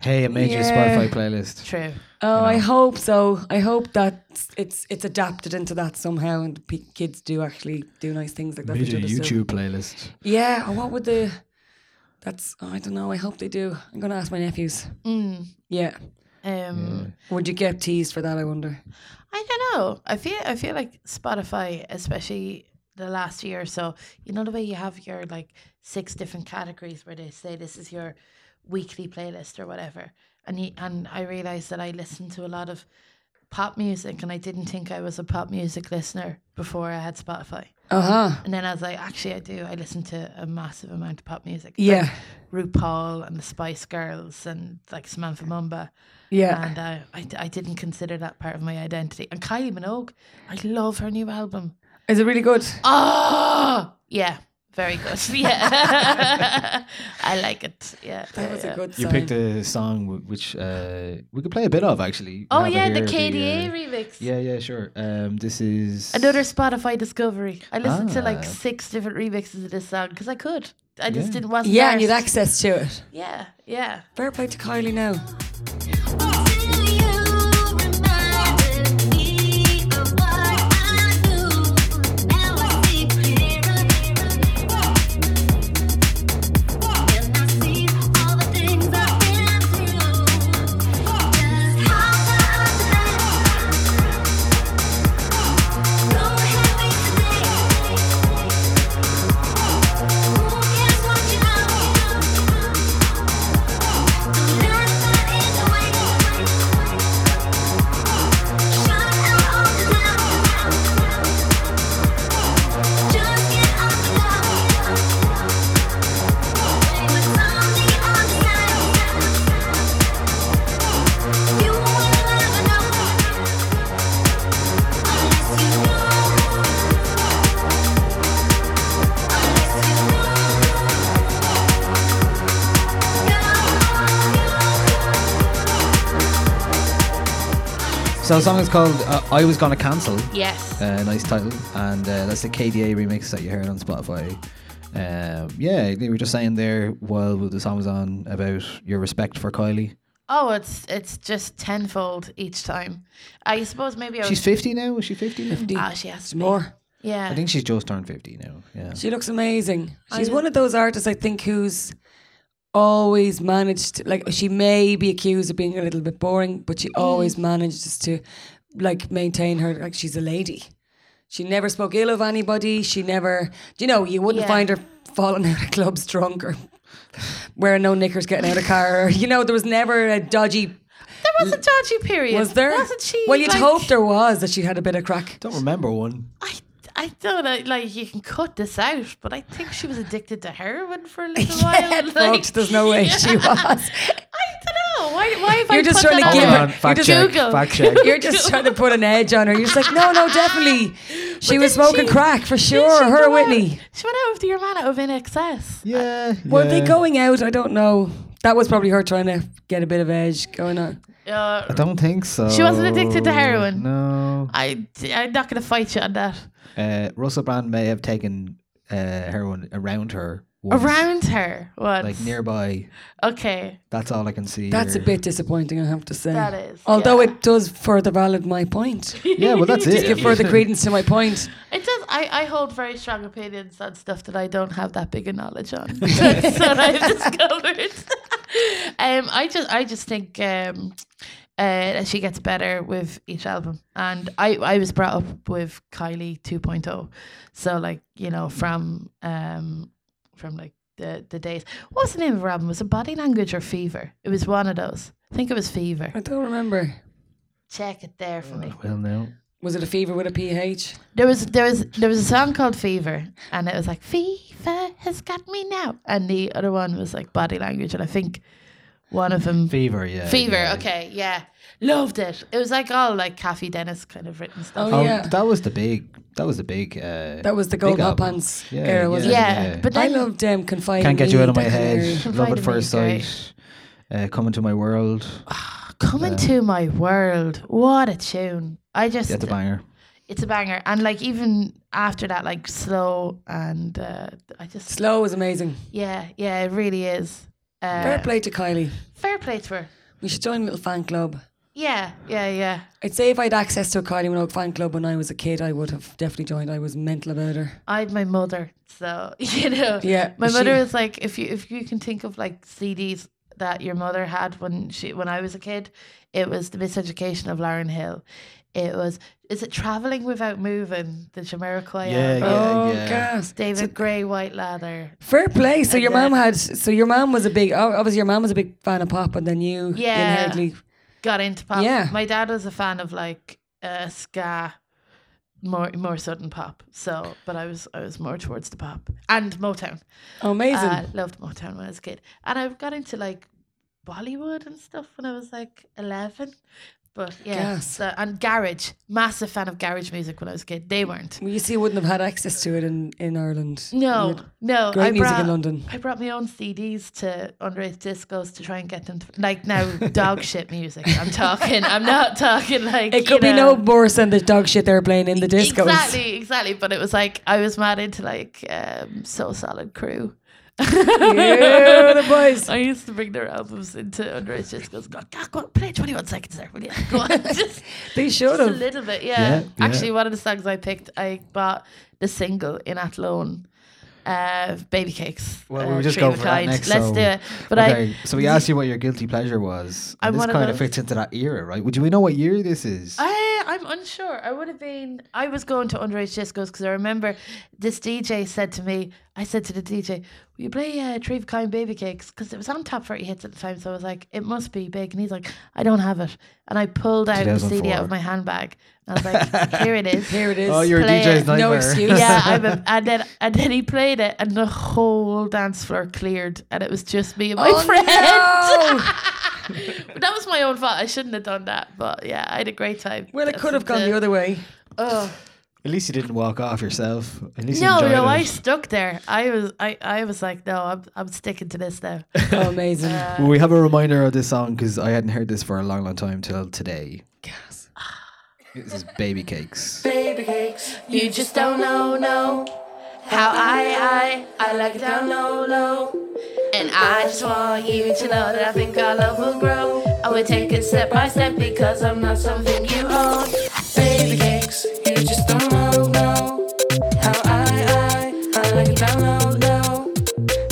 Hey, I made your Yeah. Spotify playlist. true. Oh, I know. hope so. I hope that s- it's it's adapted into that somehow, and pe kids do actually do nice things like that. for each other, so- playlist. Yeah. Or what would the? That's oh, I don't know. I hope they do. I'm gonna ask my nephews. Mm, Yeah. um, Would you get teased for that? I wonder. I don't know. I feel I feel like Spotify, especially the last year or so, you know the way you have your like six different categories where they say this is your weekly playlist or whatever. And you, and I realized that I listened to a lot of pop music and I didn't think I was a pop music listener before I had Spotify. Uh huh. And then I was like, actually I do. I listen to a massive amount of pop music. Yeah. Like RuPaul and the Spice Girls and like Samantha Mumba. Yeah. And uh, I, d- I didn't consider that part of my identity. And Kylie Minogue, I love her new album. Is it really good? Uh, Ah! Oh, yeah, very good. Yeah, I like it. Yeah, That yeah, was yeah. a good. You sign. picked a song w- which uh, we could play a bit of actually. We Oh have it yeah, the here, KDA uh, remix. yeah, yeah, sure. Um, this is Another Spotify discovery. I listened to Ah. like six different remixes of this song because I could. I just Yeah. didn't want. Yeah, and you'd access to it. Yeah, yeah. Fair play to Kylie now. so the song is called uh, "I Was Gonna Cancel." Yes. Uh, nice title, and uh, that's the KDA remix that you heard on Spotify. Um, yeah, we were just saying there while the song was on about your respect for Kylie. oh, it's it's just tenfold each time. I suppose maybe I was. She's fifty now. Is she fifty? Now? Ah, she has to Some be. more. Yeah. I think she's just turned fifty now. Yeah. She looks amazing. Oh, She's one of those artists I think who's always managed to, like she may be accused of being a little bit boring, but she Mm. always manages to like maintain her like she's a lady. She never spoke ill of anybody. She never, you know, you wouldn't Yeah. find her falling out of clubs drunk or wearing no knickers, getting out of car. Or, you know, there was never a dodgy. There was a dodgy period. Was there? Wasn't she? well, you'd like- hope there was that she had a bit of crack. Don't remember one. I, I don't know. Like, you can cut this out, but I think she was addicted to heroin for a little Yeah, while. Like, folks, there's no way she was. I don't know. Why? Why have I You're just put trying to that give out? her- on, fact just check. Google. Fact check. You're just trying to put an edge on her. You're just like, no, no, definitely. She was Didn't smoking she- crack for didn't sure. she Her go out- Whitney. She went out with your man out of NXS. yeah. Were they yeah. going out? I don't know. That was probably her trying to get a bit of edge going on. I Uh, don't think so. She wasn't addicted to heroin. No. I, I'm not going to fight you on that. Uh, Russell Brand may have taken uh, heroin around her. once, Around her once. Like nearby. Okay. That's all I can see. That's a here. bit disappointing, I have to say. That is, Although yeah. it does further valid my point. Yeah, well, that's it. Give further credence to my point. It does. I, I hold very strong opinions on stuff that I don't have that big a knowledge on. That's what I've discovered. um, I just I just think um, uh, that she gets better with each album, and I I was brought up with Kylie 2.0, so like you know from um from like the the days. What's the name of her album? Was it Body Language or Fever? It was one of those. I think it was Fever. I don't remember. Check it there for me. Well, now Was it a fever with a PH? There was there was there was a song called Fever, and it was like Fever has got me now, and the other one was like Body Language, and I think one of them Fever, yeah. Fever. yeah. Okay, yeah, loved it. It was like all like Kathy Dennis kind of written stuff. Oh, Oh, yeah. that was the big. That was the big. Uh, That was the gold big hot album. pants Yeah, era, wasn't it? yeah, yeah. but I then- loved um, Confide Can't in get Me, you out of my that kind of head. era. Love Confide at in first Me is sight. Uh, coming to my world. Coming to my world, what a tune! I just Get the banger. it's a banger, and like even after that, like slow and uh, I just Slow was amazing. yeah yeah it really is. Uh, Fair play to Kylie. fair play to her. We should join a little fan club. Yeah yeah yeah. I'd say if I'd access to a Kylie Minogue fan club when I was a kid, I would have definitely joined. I was mental about her. I had my mother, so you know. Yeah, My she- mother is like if you if you can think of like CDs that your mother had when she when I was a kid, it was the miseducation of Lauren Hill. It was is it traveling without moving the Jamiroquai Yeah, album, yeah. oh, God. David Gray White Lather. Fair play. So your then- mom had. So your mom was a big. oh, Obviously, your mom was a big fan of pop, and then you Yeah. inherently. Got into pop. Yeah. My dad was a fan of like uh, ska. More, more sudden pop. So, but I was, I was more towards the pop and Motown. amazing. Uh, loved Motown when I was a kid, and I got into like Bollywood and stuff when I was like eleven. But yeah, Gas. so, and garage, massive fan of garage music when I was a kid. They weren't. well, you see, wouldn't have had access to it in in Ireland. No, no. Great I music brought, in London. I brought my own CDs to underage discos to try and get them to, like now dog shit music. I'm talking. I'm not talking like It you could be no know, worse than the dog shit they're playing in the discos. Exactly, exactly. But it was like I was mad into like um, So Solid Crew. Yeah, the boys. I used to bring their albums into underage discos. Go, go, go play 21 seconds there, will you? Go on, just, They should just a have. little bit, yeah. Yeah, Actually, yeah. one of the songs I picked, I bought the single in Athlone. Uh, baby cakes. Well, uh, we were just Tree of a going for that Kind. next. Let's so- do it. But okay, I, so we asked you what your guilty pleasure was. I'm And this one of kind of those- fits into that era, right? Would you we know what year this is? I, I'm unsure. I would have been. I was going to underage discos because I remember this DJ said to me. I said to the DJ, "Will you play uh, Tree of a Kind Baby Cakes?" Because it was on top 40 hits at the time. So I was like, "It must be big." And he's like, "I don't have it." And I pulled out the CD out 2004. of my handbag. And I was like, "Here it is." Here it is. oh, you're a play DJ's it. nightmare. No excuse. yeah, I'm a, and then and then he played it, and the whole dance floor cleared, and it was just me and my Oh, friend. no. that was my own fault. I shouldn't have done that, but yeah, I had a great time. Well, it could have gone the other way. Oh. At least you didn't walk off yourself. At least No, you enjoyed no, I it. stuck there. I was, I, I was like, no, I'm, I'm sticking to this now. Oh, amazing. Well, we have a reminder of this song because I hadn't heard this for a long, long time till today. Gas. This is Baby Cakes. You just don't know, no, how I, I, I like it down low, low. And I just want you to know that I think our love will grow. I will take it step by step because I'm not something you own. Baby cakes, you just don't know, no. How I, I, I like it down low, low.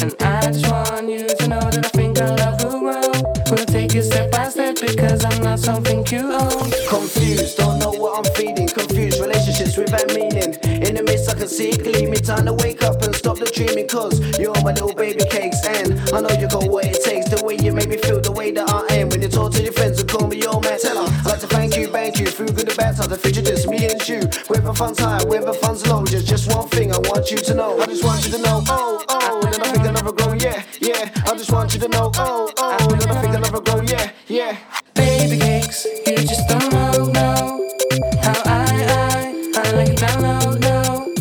And I just want you to know that I think I love will grow. We'll take it step by step because I'm not something you own. Confused, don't know what I'm feeling. Confused relationships without meaning. In the midst, I can see gleaming. Time to wake up and stop the dreaming. Cause you're my little baby cakes. And I know you got what it takes. The way you make me feel, the way that I am. When you talk to your friends and call me your man, tell 'em I like to thank you, thank you. Through good and bad times, the future just me and you. Whether fun's high, whether fun's low. There's just one thing I want you to know. I just want you to know, oh, oh. And then I think I'll never grow, yeah, yeah. I just want you to know, oh, oh. And then I think I'll never grow, yeah, yeah. Baby cakes, you just don't know, no. How I, I, I like it down low, low.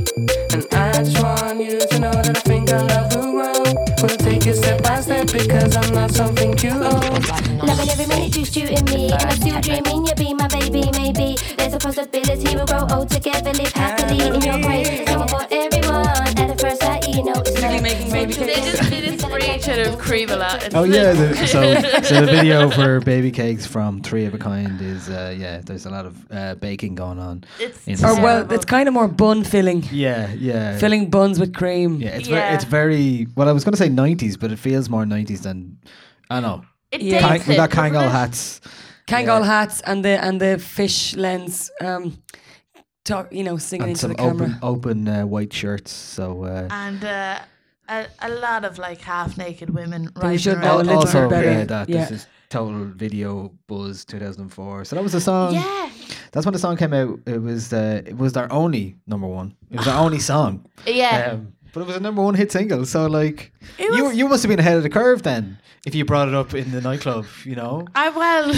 And I just want you to know that I think I love will grow. We'll take it step by step because I'm not something you own. Loving every minute you shoot in me, and I'm still dreaming you'll be my baby. Maybe there's a possibility we'll grow old together, live happily in your grave. It's not for everyone at the first sight, you know it's not. making baby They just, they just spray each other with cream a lot. Oh yeah, the, so so the video for Baby Cakes from Three of a Kind is uh, yeah. There's a lot of uh, baking going on. It's in Or the Oh, well, terrible. it's kind of more bun filling, yeah, yeah, filling buns with cream. yeah. It's Yeah. Very, it's very well. I was gonna say '90s, but it feels more '90s than I don't know. It Yeah. Kang, dates we it, got doesn't Kangol it? hats. Kangol hats and the and the fish lens. Um, talk, you know, singing and into some the camera. open open uh, white shirts. So uh, and uh, a, a lot of like half naked women They right should al- know a around. little also bit better. yeah, that Yeah. this is total video buzz 2004. So that was the song. yeah That's when the song came out. It was uh, it was their only number one. It was their only song. Yeah. Um, but it was a number one hit single. So like It you was- you must have been ahead of the curve then if you brought it up in the nightclub. You know. I well,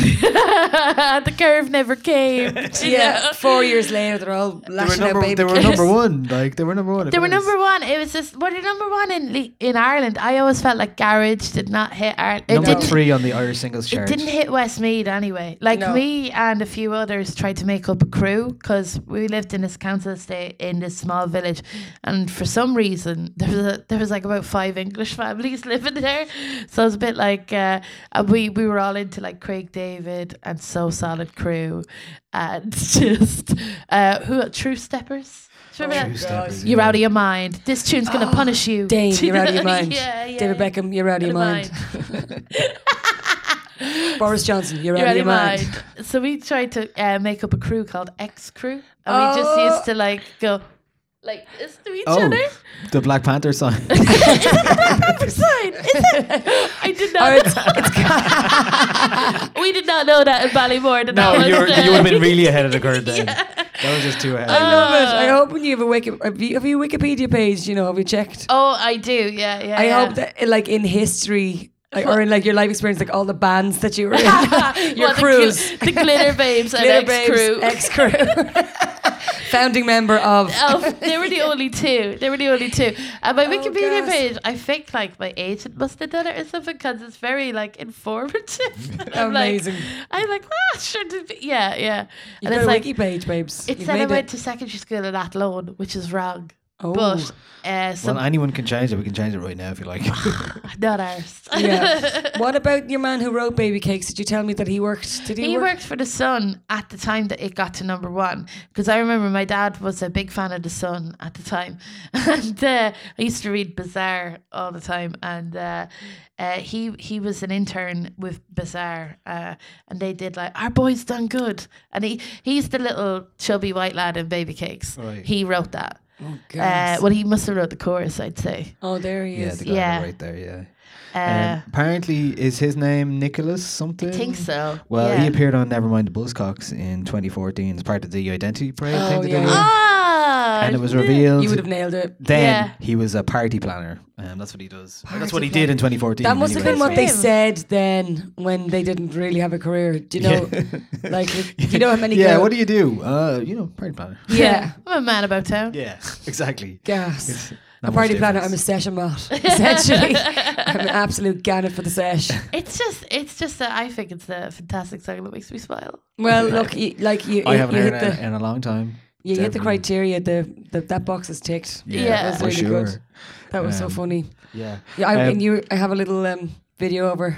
the curve never came. Yeah, four years later, they're all They were, lashing out number, baby they were kicks. number one. Like they were number one. They were It was- number one. It was just well, they're number one in Le- in Ireland. I always felt like Garage did not hit Ireland. It Number didn't, three on the Irish singles It chart. didn't hit Westmead anyway. Like No. me and a few others tried to make up a crew because we lived in this council estate in this small village, and for some reason there was a, there was like about five English families living there, so it was a bit like uh, and we we were all into like Craig David and So Solid Crew, and just uh, who True Steppers. Do you remember that? Two-steppers, You're yeah. out of your mind. This tune's gonna punish you. Dane, Do you you're out of your know? mind. Yeah, yeah, David yeah. Beckham, you're out of your mind. Boris Johnson, you're, You're out of your mind. So we tried to uh, make up a crew called X Crew, and we just Oh. used to like go like this to each Oh, other. the Black Panther song. Proper sign, is it? I did not. Or it's- we did not know that in Ballymore. That no, that was you were, the- you would have been really ahead of the curve then. That was just too ahead. I love it. Uh, I hope when you have a wiki, have you, have you a Wikipedia page, you know, have you checked? Oh, I do. Yeah, yeah. I yeah. hope that, like, in history like, or in like your life experience, like all the bands that you were in, your Well, the gl- crews, the, glitter babes, and X Crew. ex crew, founding member of. Oh, they were the only two. They were the only two. And Oh, my Wikipedia God. page, I think like my agent must have done it or something because it's very like informative. I'm Amazing. Like, I'm like, ah, sure. Did be. Yeah, yeah. You got and it's a like, wiki page, babes. it You've said I made went to secondary school in Athlone, which is wrong. Oh. But uh, some, Well, anyone can change it. We can change it right now if you like. not ours. yeah. What about your man who wrote Baby Cakes? Did you tell me that he worked? Did he, He work? worked for The Sun at the time that it got to number one. Because I remember my dad was a big fan of The Sun at the time. And uh, I used to read Bazaar all the time. And uh, uh, he he was an intern with Bazaar. Uh, and they did like, Our boy's done good. And he, he's the little chubby white lad in Baby Cakes. Right. He wrote that. Uh, Oh, Goodness. well, he must have wrote the chorus, I'd say. oh, there he yeah, is. the guy yeah. right there. Yeah. Uh, Um, apparently, is his name Nicholas something? I think so. Well, yeah. he appeared on Nevermind the Buzzcocks in 2014 as part of the Identity Parade Oh, thing that they yeah. did. Ah, and it was revealed. You would have nailed it. then Yeah. he was a party planner. Um, that's what he does. Or that's Party what he did in 2014. That must have been anyway, what they Him. said then when they didn't really have a career. Do you know, like, do you know how many? Yeah, go- what do you do? Uh, you know, party planner. Yeah. I'm a man about town. Yeah, exactly. Gas. Not a much party planner. I'm a difference. session bot. Essentially, I'm an absolute gannet for the sesh. It's just, it's just that I think it's a fantastic song that makes me smile. Well, look, you, like you, I you, haven't you heard hit it the in a long time. you hit the Definitely. criteria. The, the that box is ticked. Yeah, Yeah. that for was really sure. good. That was so Um, funny. Yeah. Yeah, I, Um, and you, I have a little um, video of her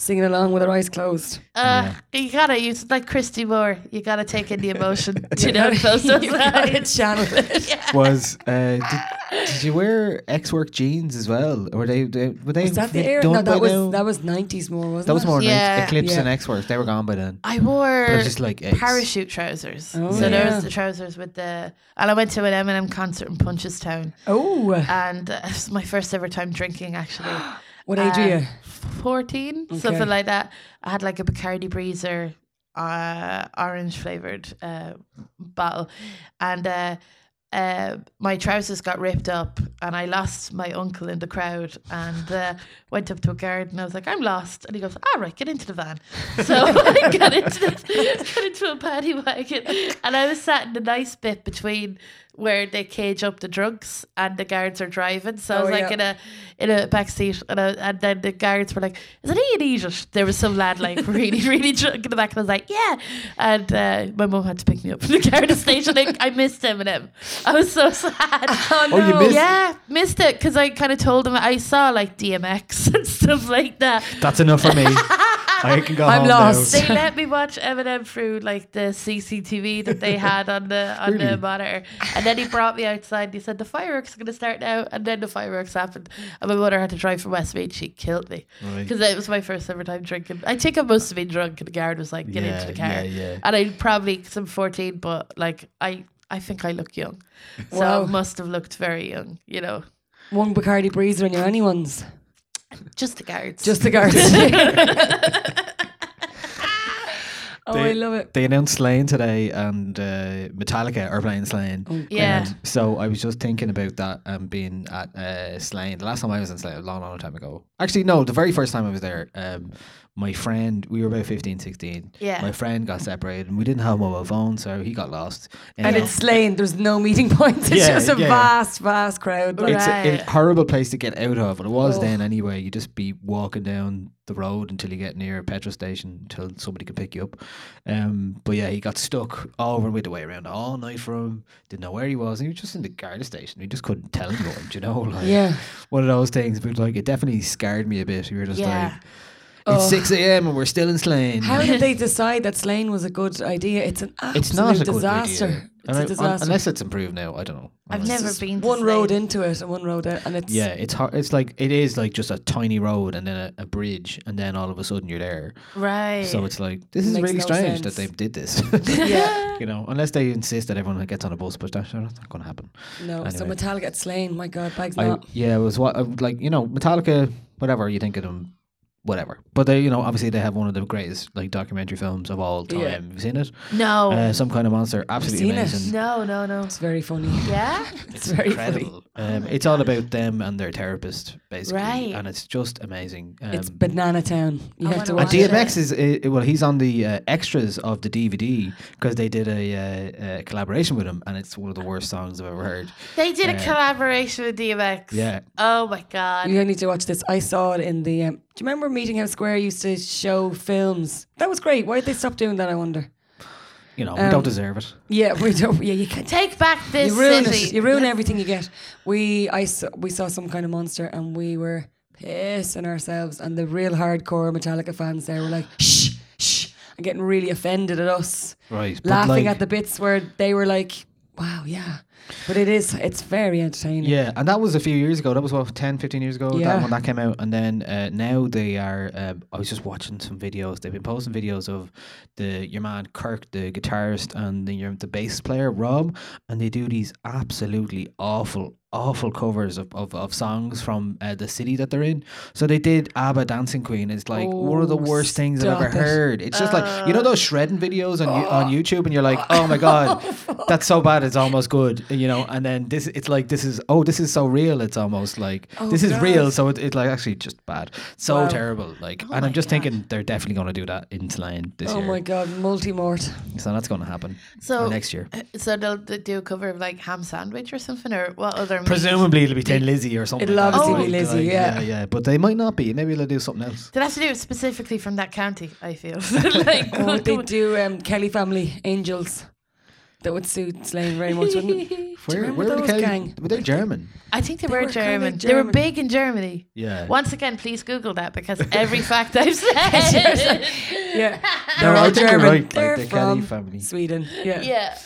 singing along with her eyes closed. Uh, You gotta use like Christy Moore. You gotta take in the emotion. Do you know those those You gotta lines? channel it. was uh, did, did you wear X work jeans as well? Or Were they, they were they Was that the fi- era? done No, by that was now? that was nineties more, wasn't That was it? more Yeah. yeah. Eclipse Yeah. and X work. They were gone by then. I wore was just like eggs. parachute trousers. Oh, so there yeah. was the trousers with the, and I went to an Eminem concert in Punchestown, Oh, and uh, it was my first ever time drinking actually. what age are Uh, you? 14, Okay. something like that. I had like a Bacardi Breezer, uh, orange flavored uh, bottle. And uh, uh, my trousers got ripped up, and I lost my uncle in the crowd and uh, went up to a guard and I was like, I'm lost. And he goes, All right, get into the van. So I got into, the, got into a paddy wagon, and I was sat in the nice bit between where they cage up the drugs and the guards are driving. So I was Oh, yeah. like in a in a back seat, and, I, and then the guards were like, "Is it Ian Egypt?" There was some lad like really, really drunk in the back, and I was like, "Yeah." And uh, my mum had to pick me up from the guard station. I, I missed Eminem. I was so sad. Oh, you no. missed- Yeah, missed it because I kind of told him I saw like DMX and stuff like that. That's enough for me. I can go I'm home lost. now. They let me watch Eminem through like the CCTV that they had on the on the Really? monitor, and then he brought me outside. and He said the fireworks are going to start now, and then the fireworks happened, and my mother had to drive from Westmead. She killed me Right. because it was my first ever time drinking. I think I must have been drunk, and the guard was like, "Get into Yeah, the car," yeah, yeah. and I probably some fourteen, but like I. I think I look young. So Wow. I must have looked very young, you know. Uh, One Bacardi Breezer and your anyone's. Just the guards. Just the guards. Oh, They- I love it. They announced Slane today, and uh, Metallica are playing Slane. Yeah. And so I was just thinking about that and being at uh, Slane. The last time I was in Slane, a long, long time ago. Actually, no, the very first time I was there, um, my friend, we were about 15, 16. Yeah. My friend got separated, and we didn't have mobile phones, so he got lost. And Anyhow, it's slain. There's no meeting point. It's Yeah, just a yeah, yeah. vast, vast crowd. Right. Like, it's a, Right. a horrible place to get out of, but it was Oh. then anyway. You just be walking down the road until you get near a petrol station until somebody could pick you up. Um, but yeah, he got stuck over and with the way around all night for him. Didn't know where he was, and he was just in the guard station. We just couldn't tell him going, do you know? Like, Yeah. one of those things. But like, it definitely scared me a bit. We were just Yeah. like, it's six a.m. and we're still in Slane. how did they decide that slain was a good idea? It's an absolute it's not a good disaster. idea. It's And I- a un- disaster. unless it's improved now. I don't know. I've Unless- never been to one road Slade. into it and one road out, and it's Yeah, it's hard. It's like it is like just a tiny road and then a, a bridge, and then all of a sudden you're there. Right. So it's like this is Makes really no sense. strange that they did this. Yeah. you know, unless they insist that everyone gets on a bus, but that's that's not going to happen. No, so Anyway. Metallica gets slain. My God, bags I, not. yeah, it was what I- like you know Metallica, whatever you think of them, whatever. But they, you know, obviously they have one of the greatest like documentary films of all time. Yeah. Have you seen it? no. Uh, Some kind of monster, absolutely seen it. amazing. no, no, no. It's very funny. Yeah. It's very funny. Oh Um, it's all about them and their therapist, basically, Right. and it's just amazing. Um, It's Banana Town. You have to I wanna And watch watch it. it. DMX is uh, well, he's on the uh, extras of the DVD because they did a uh, uh, collaboration with him, and it's one of the worst songs I've ever heard. They did a Uh, collaboration with DMX. yeah. Oh my god. You need to watch this. I saw it in the. Um, do you remember Meeting House Square used to show films? That was great. Why did they stop doing that? I wonder. You know, Um, we don't deserve it. Yeah, we don't. Yeah, you can Take back this you ruin city. it. You ruin everything you get. We I saw, we saw some kind of monster and we were pissing ourselves. And the real hardcore Metallica fans there were like, shh, shh, and getting really offended at us, Right, but laughing like- at the bits where they were like, "Wow, yeah." But it is. It's very entertaining. Yeah, and that was a few years ago. That was what 10, 15 years ago. Yeah. That one that came out, and then uh, now they are. Um, I was just watching some videos. They've been posting videos of the your man Kirk, the guitarist, and the your, the bass player Rob, and they do these absolutely awful, awful covers of, of, of songs from uh, the city that they're in. So they did ABBA Dancing Queen. It's like one of the Oh, worst things I've stop ever it. heard. It's just like you know Uh, those shredding videos on you on YouTube, and you're like, oh my god, that's so bad. It's almost good, you know. And then this, it's like this is oh, this is so real. It's almost like Oh, this is real. So it, it's like actually just bad, so terrible. Like, and I'm just thinking they're definitely going to do that in Slane this Oh year. my god, multi mort. So that's going to happen. So uh, Or next year, So they'll d- do a cover of like ham sandwich or something, or what other? meat? presumably it'll be Tin Lizzy or something. It'll like that. obviously be Like, Lizzy, like, yeah. yeah, But they might not be. Maybe they'll do something else. They'll have to do it specifically from that county. I feel like Or would Oh, they do um, Kelly Family Angels? That would suit Slane very much, wouldn't it? Where, remember where those the Kelly- gang? But they're German. I think they, They were, were kinda German. They were German. big in Germany. Yeah. Once again, please Google that because every fact I've said. Yeah, No, they're I all think you're German. right. Like They're the Kelly from family. Sweden. Yeah. yeah,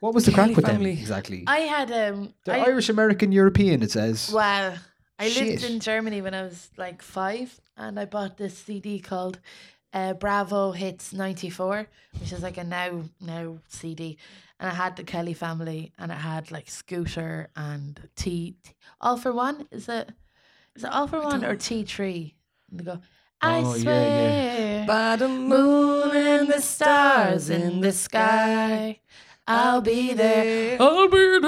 What was the Kelly crack with family. them exactly? I had um. They're I- Irish American European. It says. Wow. I lived Shit. in Germany when I was like five, and I bought this CD called uh, Bravo Hits '94, which is like a now now CD, and I had the Kelly family, and it had like Scooter and T, All for One. Is it is it All for One or T Three? And they go, I Oh, yeah, yeah. swear, By the moon moon and the stars in the sky, I'll be there. I'll be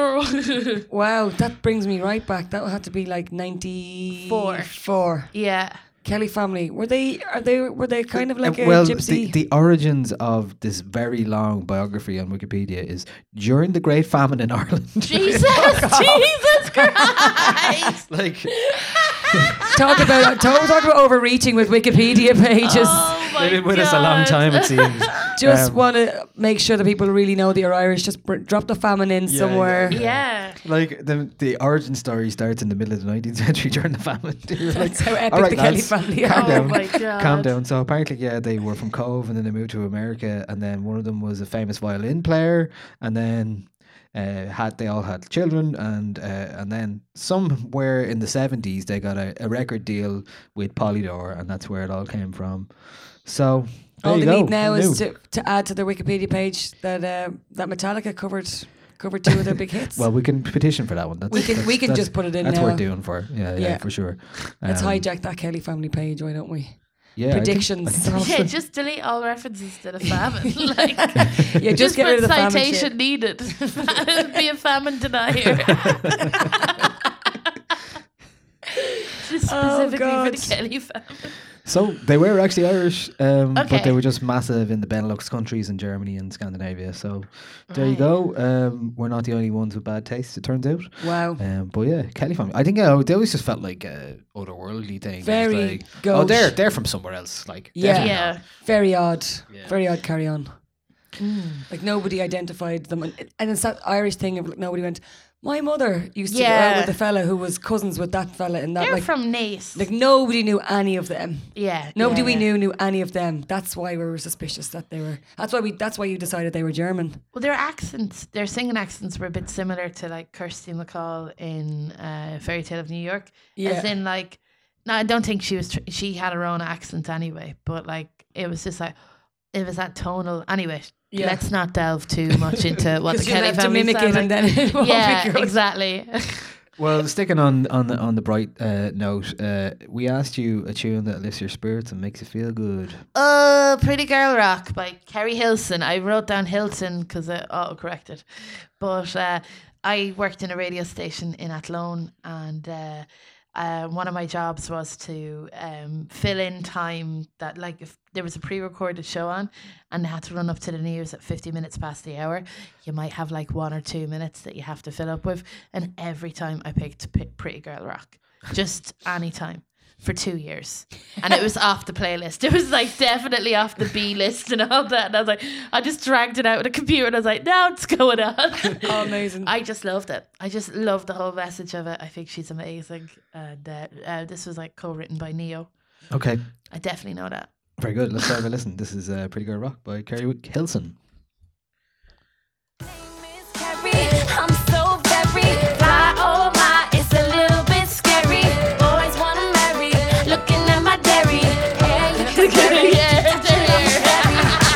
there. Wow, that brings me right back. That had to be like ninety Four. Four. yeah. Kelly family. Were they? Are they? Were they kind of Uh, like a well, gypsy? The, the origins of this very long biography on Wikipedia is during the Great Famine in Ireland. Oh, Jesus, Jesus Christ! like, talk about talk, talk about overreaching with Wikipedia pages. Oh my they've been with us a long God. time, it seems. just Um, want to make sure that people really know that you're Irish. Just br- drop the famine in yeah, somewhere. yeah. Yeah. Like the the origin story starts in the middle of the 19th century during the famine. They were like, That's how epic "All right, the Kelly lads, family calm are. Oh down, my God. calm down." So apparently, yeah, they were from Cove, and then they moved to America, and then one of them was a famous violin player, and then uh, had they all had children, and uh, and then somewhere in the seventies they got a, a record deal with Polydor, and that's where it all came from. So there All you they go. need now Who is knew? to, to add to their Wikipedia page that uh, that Metallica covered covered two of their big hits. Well, we can petition for that one. That's, We can- that's- we can that's- just put it in That's now. worth doing for. Yeah, yeah, Yeah. for sure. Let's Um, hijack that Kelly family page, why don't we? Yeah, I think- predictions. I think they're all Yeah, fair. just delete all references to the famine. like, yeah, just, just, get rid put of the famine shit. citation needed. It'll be a famine denier. just Oh, specifically for God. the Kelly famine. So they were actually Irish, um, but Okay. they were just massive in the Benelux countries and Germany and Scandinavia. So there you Right. go. Um, we're not the only ones with bad taste, it turns out. Wow. Um, but yeah, Kelly family. I think uh, they always just felt like a otherworldly thing. It was Very like, oh, they're gauche. they're from somewhere else. Like Yeah. definitely not. Yeah. Very odd. Yeah. Very odd carry on. Mm. Like nobody identified them. And, and it's that Irish thing of like nobody went, my mother used to go out Yeah. with a fella who was cousins with that fella and that. They're like, from Nice. like nobody knew any of them. yeah. Nobody yeah, we yeah. knew knew any of them. That's why we were suspicious that they were. That's why we. That's why you decided they were German. Well, their accents, their singing accents were a bit similar to like Kirsty McCall in uh, Fairy Tale of New York. As Yeah. in, like, no, I don't think she was, tr- she had her own accent anyway, but like, it was just like, it was that tonal. Anyway, Yeah. let's not delve too much into what the 'Cause you'll Kelly have to family mimic it sound and like. then it won't be Yeah, good. exactly. Well, sticking on on the, on the bright uh, note, uh, we asked you a tune that lifts your spirits and makes you feel good. oh, Pretty Girl Rock by Kerry Hilson. I wrote down Hilton because it auto-corrected. But uh, I worked in a radio station in Athlone and uh, uh, one of my jobs was to um, fill in time that like if there was a pre-recorded show on and they had to run up to the news at 50 minutes past the hour, you might have like one or two minutes that you have to fill up with. And every time I picked P- Pretty Girl Rock, just any time for two years. And it was off the playlist. It was like definitely off the B list and all that. And I was like, I just dragged it out with a computer and I was like, now it's going on. Oh, amazing. I just loved it. I just loved the whole message of it. I think she's amazing. And uh, uh, this was like co written by Neo. Okay, I definitely know that. very good. Let's have a listen. This is uh, "Pretty Girl Rock" by Kerry Hilson. I'm so very fly, oh my, it's a little bit scary. Boys wanna marry, looking at my dairy. Hair looking scary. Yeah, there.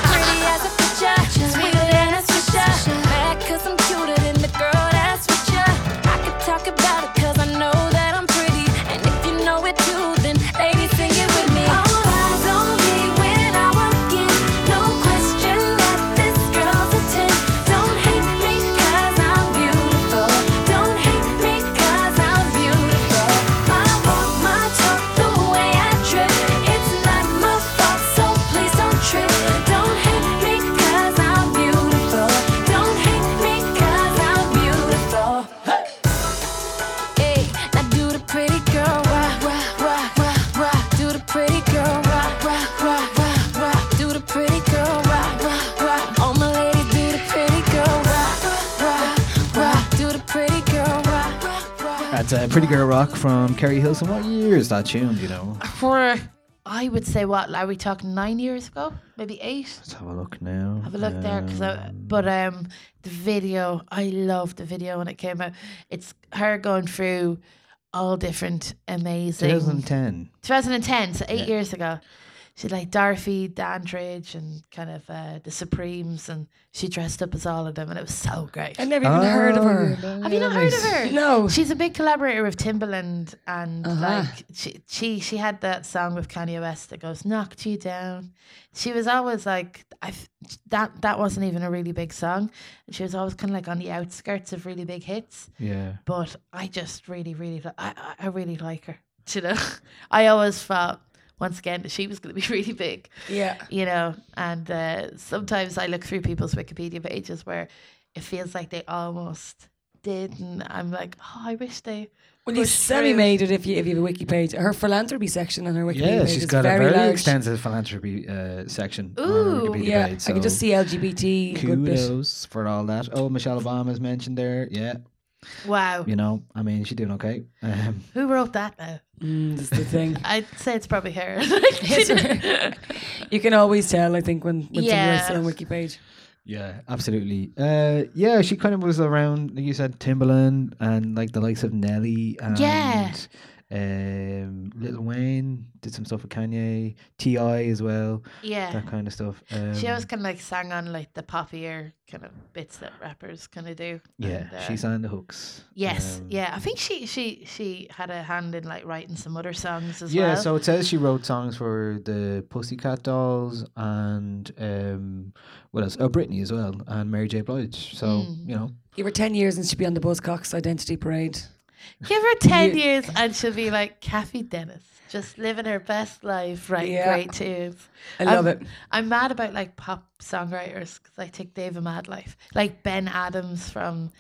Pretty as a picture, sweeter than a swisher. Mad cause I'm cuter than the girl that's with ya. I could talk about it cause I know that I'm pretty. And if you know it too, then ladies sing it with me. All eyes on me when I walk in. No question that this girl's a 10. Don't hate me cause I'm beautiful. Don't hate me cause I'm beautiful. My walk, my talk, the way I trip. It's not my fault, so please don't trip. Don't hate me cause I'm beautiful. Don't hate me cause I'm beautiful. Hey, now do the pretty girl rock, rock, rock, rock, rock. Do the pretty girl rock, rock, rock, rock, rock. Do the pretty girl rock, rock, rock. Oh my lady, do the pretty girl rock, rock, rock. Do the pretty girl rock, rock, rock. That's uh, "Pretty Girl Rock" from Kerry Hilson. What year is that tune? Do you know? For, I would say, what, are we talking nine years ago? Maybe eight? Let's have a look now. Uh, Have a look there, 'cause there, cause I, but um, the video I loved the video when it came out. It's her going through all different amazing 2010. 2010, so eight years ago. She's like Dorothy Dandridge and kind of uh, the Supremes, and she dressed up as all of them, and it was so great. I never even heard of her. Oh, Have you not heard of her? No. She's a big collaborator with Timbaland, and Uh-huh. like she, she she had that song with Kanye West that goes "Knocked You Down." She was always like, I f- that that wasn't even a really big song. She was always kind of like on the outskirts of really big hits. Yeah. But I just really, really, li- I I I really like her. do You know, I always felt once again that she was going to be really big Yeah. you know and uh, sometimes i look through people's wikipedia pages where it feels like they almost did and i'm like oh i wish they Well, you pushed semi through. made it if you if you have a wiki page. Her philanthropy section on her wiki Yeah, page she's is got very, a very large. extensive philanthropy uh, section. on her Ooh. Wikipedia Yeah, page, I can just so see LGBT a good bit. Kudos for all that. Oh, Michelle Obama is mentioned there. Yeah, wow you know, I mean, she's doing okay. Um, who wrote that now Mm, that's the thing. i'd say it's probably her You can always tell, I think, when, when yeah. Yeah. somebody's still on wiki page. yeah, absolutely. Uh, yeah, she kind of was around, like you said, Timbaland and like the likes of Nelly and Yeah. um, Little Wayne. Did did some stuff with Kanye, Ti as well, Yeah. that kind of stuff. Um, She always kind of like sang on like the poppier kind of bits that rappers kind of do. yeah, and, uh, she sang the hooks. Yes, um, yeah. I think she she she had a hand in like writing some other songs as yeah, well. so it says she wrote songs for the Pussycat Dolls and um, what else? Oh, Britney as well and Mary J. Blige. So Hmm, you know, Give her 10 years and she'd be on the Buzzcocks Identity Parade. Give her ten years and she'll be like Kathy Dennis, just living her best life, right? Yeah. Great tunes. I love I'm- it. I'm mad about like pop songwriters because I think they have a mad life. Like Ben Adams from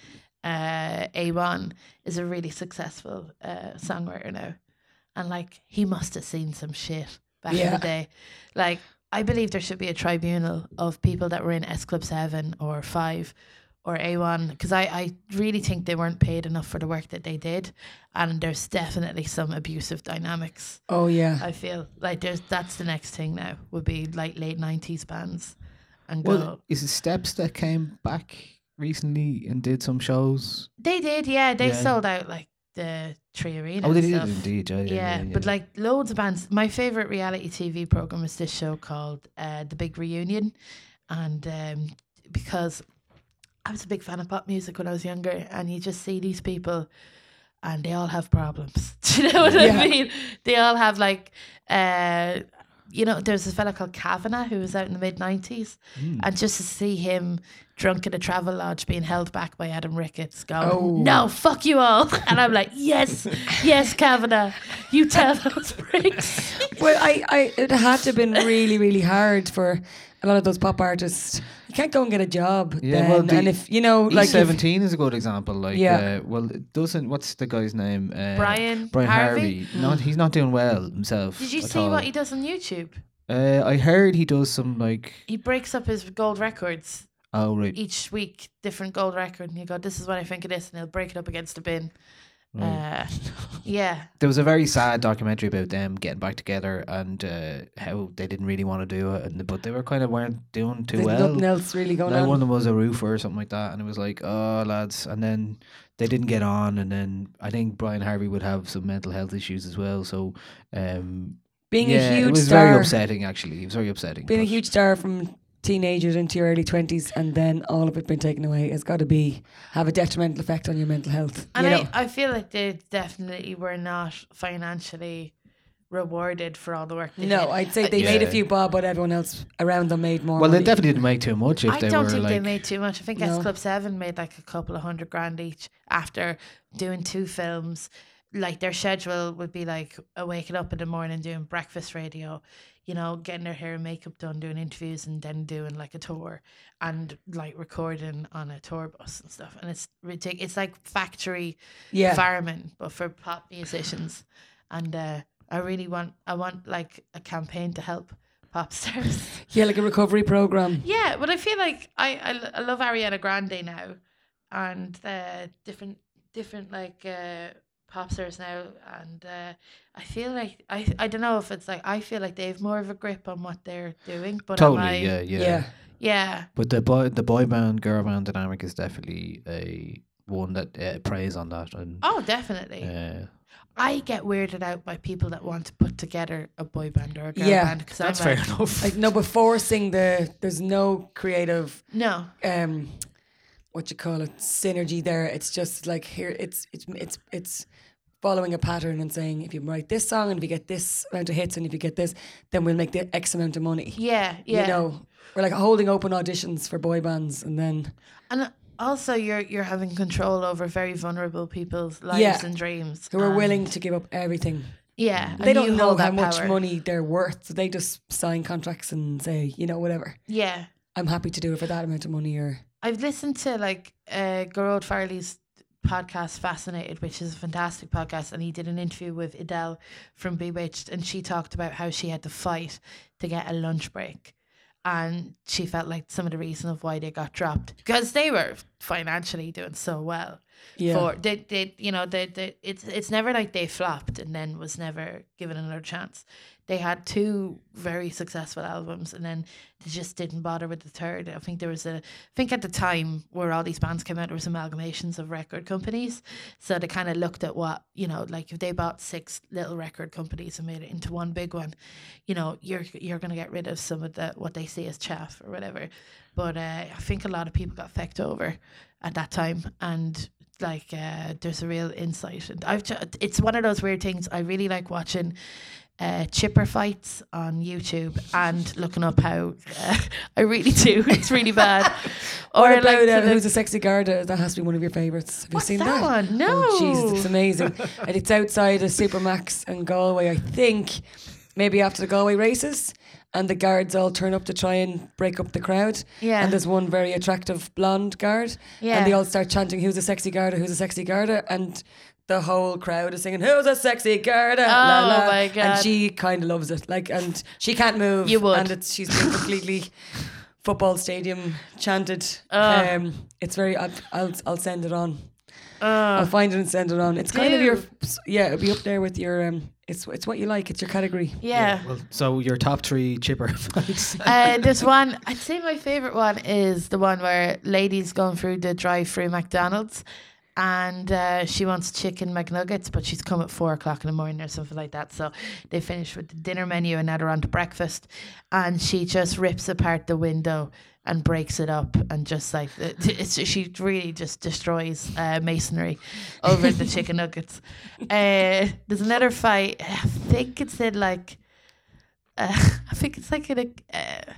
uh, A1 is a really successful uh, songwriter now. And like he must have seen some shit back in Yeah. the day. Like I believe there should be a tribunal of people that were in S Club 7 or 5 or A1 because I, I really think they weren't paid enough for the work that they did. And there's definitely some abusive dynamics. Oh, yeah. I feel like there's that's the next thing now would be like late nineties bands and go. well, is it Steps that came back recently and did some shows? they did, yeah. They Yeah. sold out like the Tree Arena. oh, they and did stuff. indeed. Yeah, yeah, Yeah, but like loads of bands. My favorite reality TV program is this show called uh, The Big Reunion, and um, because I was a big fan of pop music when I was younger, and you just see these people, and they all have problems. Do you know what I mean? They all have like, uh, you know, there's a fella called Kavanagh who was out in the mid '90s, and just to see him drunk in a travel lodge being held back by Adam Ricketts, going, "No, fuck you all," and I'm like, "Yes, yes, Kavanagh, you tell those pricks." Well, I, I, it had to have been really, really hard for a lot of those pop artists. You can't go and get a job. Yeah, then. well, the E and if, you know, like. E if- seventeen is a good example. Like, Yeah. uh, well, it doesn't what's the guy's name? Uh, Brian Brian Harvey? Hmm. Harvey. Not he's not doing well himself. Did you at see all. what he does on YouTube? Uh, I heard he does some like. He breaks up his gold records Oh right. each week, different gold record, and you go, "This is what I think of this," and he'll break it up against the bin. Uh, yeah, There was a very sad documentary about them getting back together and uh, how they didn't really want to do it, and but they were kind of weren't doing too there's well. nothing else really going Like on. one of them was a roofer or something like that, and it was like, oh lads, and then they didn't get on, and then I think Brian Harvey would have some mental health issues as well. So, um, Being yeah, a huge it was star. very upsetting. Actually, it was very upsetting. Being a but- huge star from teenagers into your early 20s and then all of it been taken away has got to be have a detrimental effect on your mental health. and you know? I, I feel like they definitely were not financially rewarded for all the work. They no, did. I'd say they made Yeah. a few bob, but everyone else around them made more. Well, they money. definitely didn't make too much. If I they don't were think like, they made too much. I think S No. Club Seven made like a couple of hundred grand each after doing two films. Like their schedule would be like uh, waking up in the morning doing breakfast radio, you know, getting their hair and makeup done, doing interviews, and then doing like a tour and like recording on a tour bus and stuff. And it's ridiculous. It's like factory yeah. firemen, but for pop musicians. And uh, I really want, I want like a campaign to help pop stars. yeah, like a recovery program. Yeah, but I feel like I, I, l- I love Ariana Grande now, and uh, different different like uh, pop stars now, and uh, I feel like I I don't know if it's like I feel like they have more of a grip on what they're doing, but am I, totally, yeah, yeah, Yeah. yeah, But the boy, the boy band, girl band dynamic is definitely a one that uh, preys on that, and oh definitely. uh, I get weirded out by people that want to put together a boy band or a girl Yeah, band because that's I'm fair like, enough. Like no, but forcing the there's no creative no, um what you call it synergy there. It's just like here it's it's it's it's following a pattern and saying if you write this song and if you get this amount of hits and if you get this, then we'll make the X amount of money. yeah, yeah, You know, we're like holding open auditions for boy bands and then and uh, also you're you're having control over very vulnerable people's lives Yeah. and dreams who are and- willing to give up everything. They Yeah, and you don't know hold how that much power. money they're worth. So they just sign contracts and say, you know, whatever. Yeah, I'm happy to do it for that amount of money or I've listened to like uh, Gerald Farley's podcast Fascinated, which is a fantastic podcast, and he did an interview with Adele from Bewitched, and she talked about how she had to fight to get a lunch break. And she felt like some of the reason of why they got dropped because they were financially doing so well. Yeah. for they they you know they, they it's it's never like they flopped and then was never given another chance. They had two very successful albums and then they just didn't bother with the third. I think there was a I think at the time where all these bands came out there was amalgamations of record companies. So they kind of looked at what, you know, like if they bought six little record companies and made it into one big one, you know, you're you're gonna get rid of some of the what they see as chaff or whatever. But uh, I think a lot of people got fecked over at that time and like uh, there's a real insight and I've ju- it's one of those weird things I really like watching uh, chipper fights on YouTube and looking up how uh, I really do it's really bad or What about to uh, look- who's a sexy garda? That has to be one of your favorites. Have you What's seen that that? one? Oh, Jesus, No. it's amazing. and it's outside a Supermax in Galway, I think. Maybe after the Galway races, and the guards all turn up to try and break up the crowd. Yeah. And there's one very attractive blonde guard, Yeah. and they all start chanting, "Who's a sexy garda? Who's a sexy garda?" and the whole crowd is singing, "Who's a sexy garda?" la, Oh, la. my And God. she kind of loves it, like, and she can't move. You would. And it's she's been completely football stadium chanted. Oh. Um, it's very. I'll, I'll I'll send it on. Oh. I'll find it and send it on. It's kind of your. Do. Yeah, it'll be up there with your. Um, it's it's what you like. It's your category. yeah Well, so your top three chipper fights. uh, there's one. I'd say my favorite one is the one where ladies going through the drive-through McDonald's, and uh, she wants chicken McNuggets, but she's come at four o'clock in the morning or something like that. So they finish with the dinner menu, and now they're on to breakfast, and she just rips apart the window and breaks it up, and just like it- it's, she really just destroys uh, masonry over the chicken nuggets. Uh, there's another fight. I think it's in like uh, I think it's like a. Uh,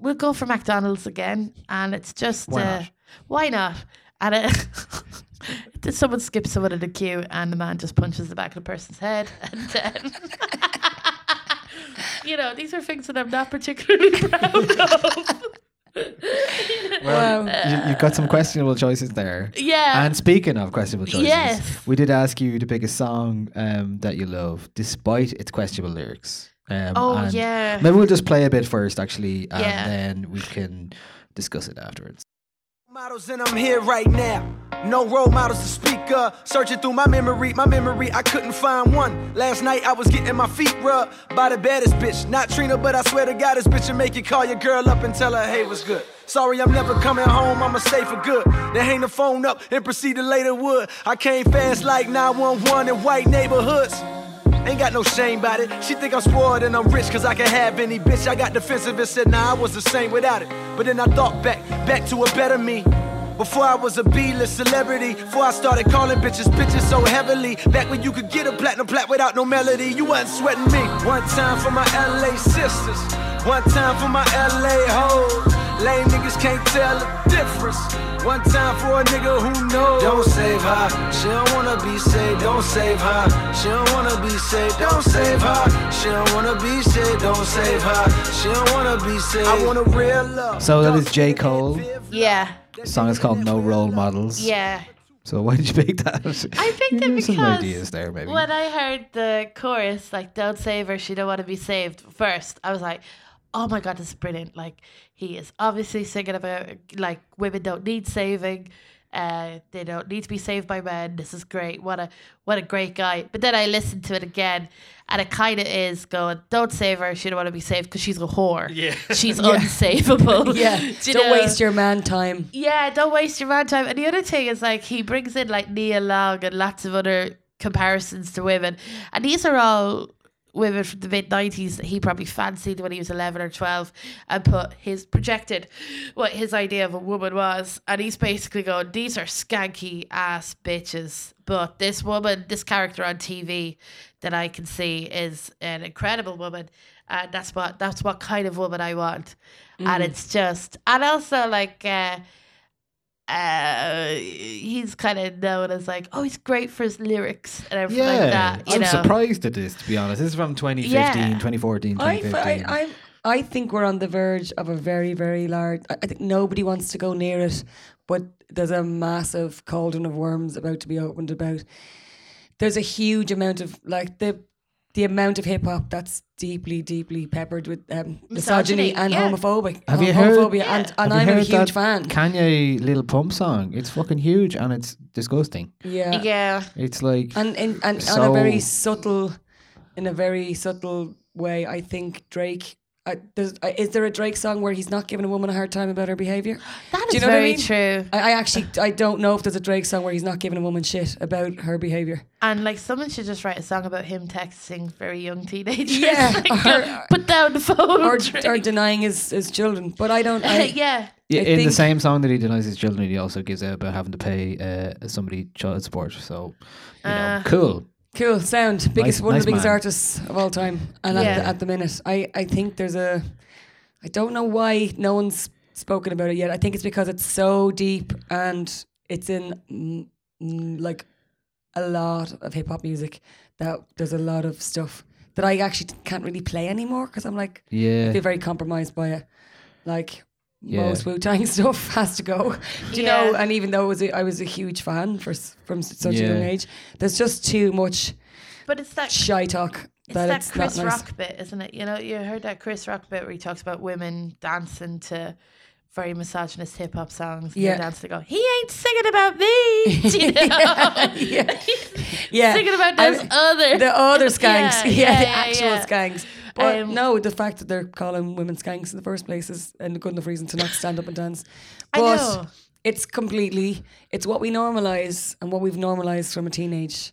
we'll go for McDonald's again, and it's just Why uh, not? why not? And it, did someone skip someone in the queue, and the man just punches the back of the person's head, and then. You know, these are things that I'm not particularly proud of. Wow. you, you've got some questionable choices there. Yeah. And speaking of questionable choices, Yes. we did ask you to pick a song um, that you love, despite its questionable lyrics. Um, Oh, and yeah. Maybe we'll just play a bit first, actually, and Yeah. then we can discuss it afterwards. Models and I'm here right now. No role models to speak of. Searching through my memory, my memory, I couldn't find one. Last night I was getting my feet rubbed by the baddest bitch. Not Trina, but I swear to God, this bitch will make you call your girl up and tell her, hey, what's good? Sorry, I'm never coming home, I'ma stay for good. Then hang the phone up and proceed to lay the wood. I came fast like 911 in white neighborhoods. Ain't got no shame about it. She think I'm spoiled and I'm rich cause I can have any bitch. I got defensive and said, nah, I was the same without it. But then I thought back, back to a better me. Before I was a B-list celebrity, before I started calling bitches bitches so heavily. Back when you could get a platinum plat without no melody, you wasn't sweating me. One time for my LA sisters, one time for my LA hoes. Lame niggas can't tell the difference. One time for a nigga who knows. Don't save her, she don't wanna be saved. Don't save her, she don't wanna be saved. Don't save her, she don't wanna be saved. Don't save her, she don't wanna be saved. I want a real love. So that is J. Cole. yeah. The song is called No Role Models. Yeah. So why did you pick that? I picked it because There's some ideas there, maybe. when I heard the chorus, like "Don't save her, she don't want to be saved" first, I was like, "Oh my god, this is brilliant!" Like he is obviously singing about like women don't need saving, uh, they don't need to be saved by men. This is great. What a what a great guy. But then I listened to it again, and it kind of is going, "Don't save her, she don't want to be saved because she's a whore. Yeah, she's unsavable. Yeah. Do you Don't know? waste your man time. Yeah, don't waste your man time. And the other thing is like he brings in like Nia Long and lots of other comparisons to women, and these are all women from the mid nineties that he probably fancied when he was eleven or twelve, and put his projected what his idea of a woman was, and he's basically going, these are skanky ass bitches. But this woman, this character on TV that I can see is an incredible woman. And that's what that's what kind of woman I want. And it's just and also like uh uh, he's kind of known as like, oh, he's great for his lyrics and everything like that. You I'm know? surprised at this, to be honest. This is from 2015, Yeah. 2014, I, 2015. I, I, I think we're on the verge of a very, very large. I, I think nobody wants to go near it, but there's a massive cauldron of worms about to be opened about. There's a huge amount of like the the amount of hip hop that's deeply, deeply peppered with um, Misogyny, misogyny and yeah. homophobic. Have you heard- homophobia and, and Have you I'm a heard huge that fan. Kanye Little Pump song. It's fucking huge and it's disgusting. yeah. yeah. It's like And in and on a So- very subtle in a very subtle way, I think Drake I, there's, I, is there a Drake song where he's not giving a woman a hard time about her behavior? That Do is you know what I very mean? Uh, true. I, I actually I don't know if there's a Drake song where he's not giving a woman shit about her behavior. And like someone should just write a song about him texting very young teenagers. Yeah, like, or- "Go, put down the phone. Or, Drake." or denying his, his children. But I don't. I, yeah. Yeah, I in the think- same song that he denies his children, he also gives out about having to pay uh, somebody child support. So, you Uh, know, cool. Cool sound, biggest Nice- one nice of the biggest man. artists of all time, and at, the, Yeah. at the minute, I I think there's a, I don't know why no one's spoken about it yet. I think it's because it's so deep and it's in mm, mm, like a lot of hip hop music that there's a lot of stuff that I actually can't really play anymore because I'm like I Yeah, feel very compromised by it, like. Yeah. Most Wu Tang stuff has to go, do you Yeah. know? And even though it was a, I was a huge fan for s- from s- such a young Yeah. age, there's just too much But it's that shy talk. it's that that it's Chris not nice. Rock bit, isn't it? You know, you heard that Chris Rock bit where he talks about women dancing to very misogynist hip hop songs. Yeah. Yeah. They dance to go, he ain't singing about me. Do you know? Yeah. Yeah. Singing about I'm- those other. the other skanks. Yeah, Yeah, yeah, the yeah, actual yeah. skanks. But Um, no, the fact that they're calling women skanks in the first place is a good enough reason to not stand up and dance. I But know. it's completely it's what we normalize and what we've normalized from a teenage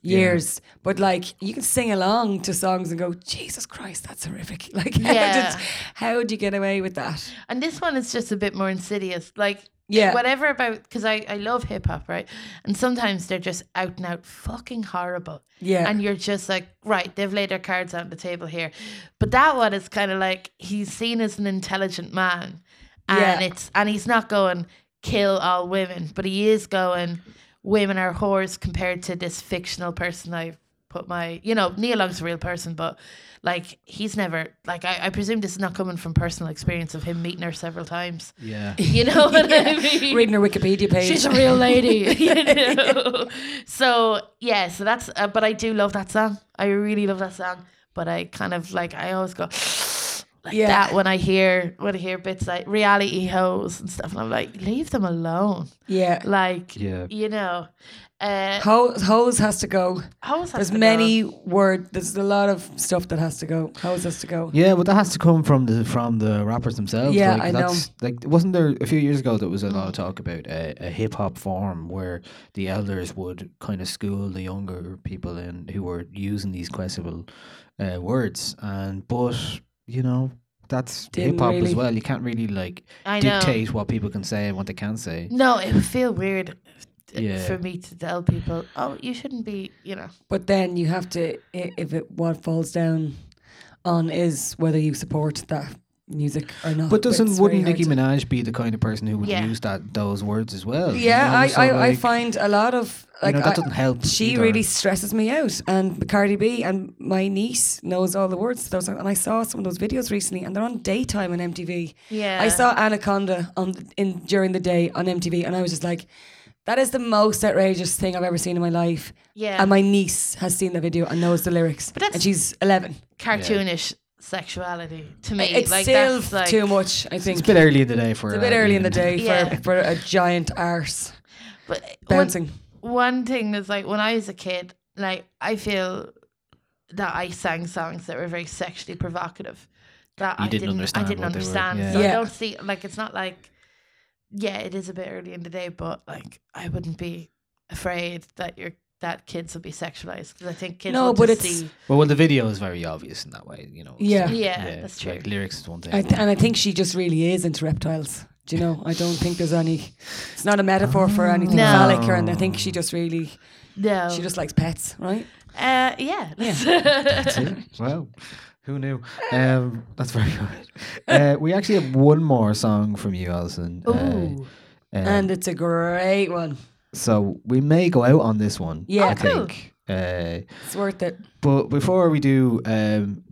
years. But like you can sing along to songs and go, Jesus Christ, that's horrific. Like Yeah. how did how do you get away with that? And this one is just a bit more insidious. Like, Yeah. whatever about, because I, I love hip hop, right? And sometimes they're just out and out fucking horrible. Yeah. And you're just like, right, they've laid their cards out on the table here. But that one is kind of like, he's seen as an intelligent man. Yeah. And it's, and he's not going, kill all women, but he is going, women are whores compared to this fictional person I've put my, you know, Neil Long's a real person, but like he's never, like I, I presume this is not coming from personal experience of him meeting her several times. yeah. You know what I mean? Reading her Wikipedia page. She's a real lady. you know? So yeah, so that's. Uh, but I do love that song. I really love that song. But I kind of like I always go like Yeah. that when I hear when I hear bits like reality hoes and stuff, and I'm like, leave them alone. yeah. Like Yeah. you know, uh, Ho- hose has to go. hoes has There's to go. many word. There's a lot of stuff that has to go. How's has to go? Yeah, but that has to come from the from the rappers themselves. Yeah, like, I know. that's, Like, wasn't there a few years ago that was a lot of talk about a, a hip hop forum where the elders would kind of school the younger people in who were using these questionable uh, words, and but you know that's Didn't hip hop really- as well. You can't really like I know. dictate what people can say and what they can't say. No, it would feel weird. uh, Yeah. For me to tell people, oh, you shouldn't be, you know, But then you have to. i- If it what falls down on is whether you support that music or not. But doesn't it's very wouldn't hard Nicki to- Minaj be the kind of person who would Yeah. use that those words as well? you Yeah, know? I, So, I, I like, find a lot of like know, that I- doesn't help She either. really stresses me out, and Cardi B and my niece knows all the words. to Those, and I saw some of those videos recently, and they're on daytime on MTV. Yeah. I saw Anaconda on in during the day on MTV, and I was just like, that is the most outrageous thing I've ever seen in my life. Yeah. and my niece has seen the video and knows the lyrics, But that's- and she's eleven. cartoonish sexuality to me. It's like still that's like too much, I think. It's a bit early in the day for It's a that, bit early in the even. day Yeah. for, for a giant arse But bouncing. One, one thing is like when I was a kid, like I feel that I sang songs that were very sexually provocative. That You I didn't didn't understand I didn't what they were, understand. yeah. So I Yeah. don't see like it's not like yeah, it is a bit early in the day, but like I wouldn't be afraid that your that kids will be sexualized because I think kids No, will but just it's- see. Well, well, the video is very obvious in that way, you know. it's Yeah. like- Yeah, that's it's true. Like lyrics is one thing. I th- and I think she just really is into reptiles. Do you know? I don't think there's any. It's not a metaphor for anything No. Oh. phallic, or and I think she just really No, she just likes pets, right? uh, yeah, well, who knew? Um, that's very good. Uh, we actually have one more song from you, Alison. Uh, Ooh. and it's a great one. so we may go out on this one. Yeah. I Oh, cool. think. Uh, It's worth it. but before we do, um,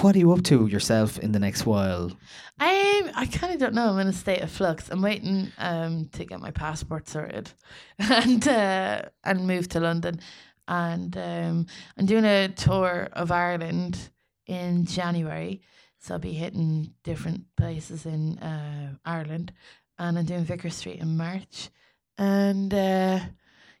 what are you up to yourself in the next while? I'm. I kind of don't know. I'm in a state of flux. I'm waiting um to get my passport sorted, and uh, and move to London, and um, I'm doing a tour of Ireland in January. So I'll be hitting different places in uh, Ireland, and I'm doing Vicar Street in March, and uh,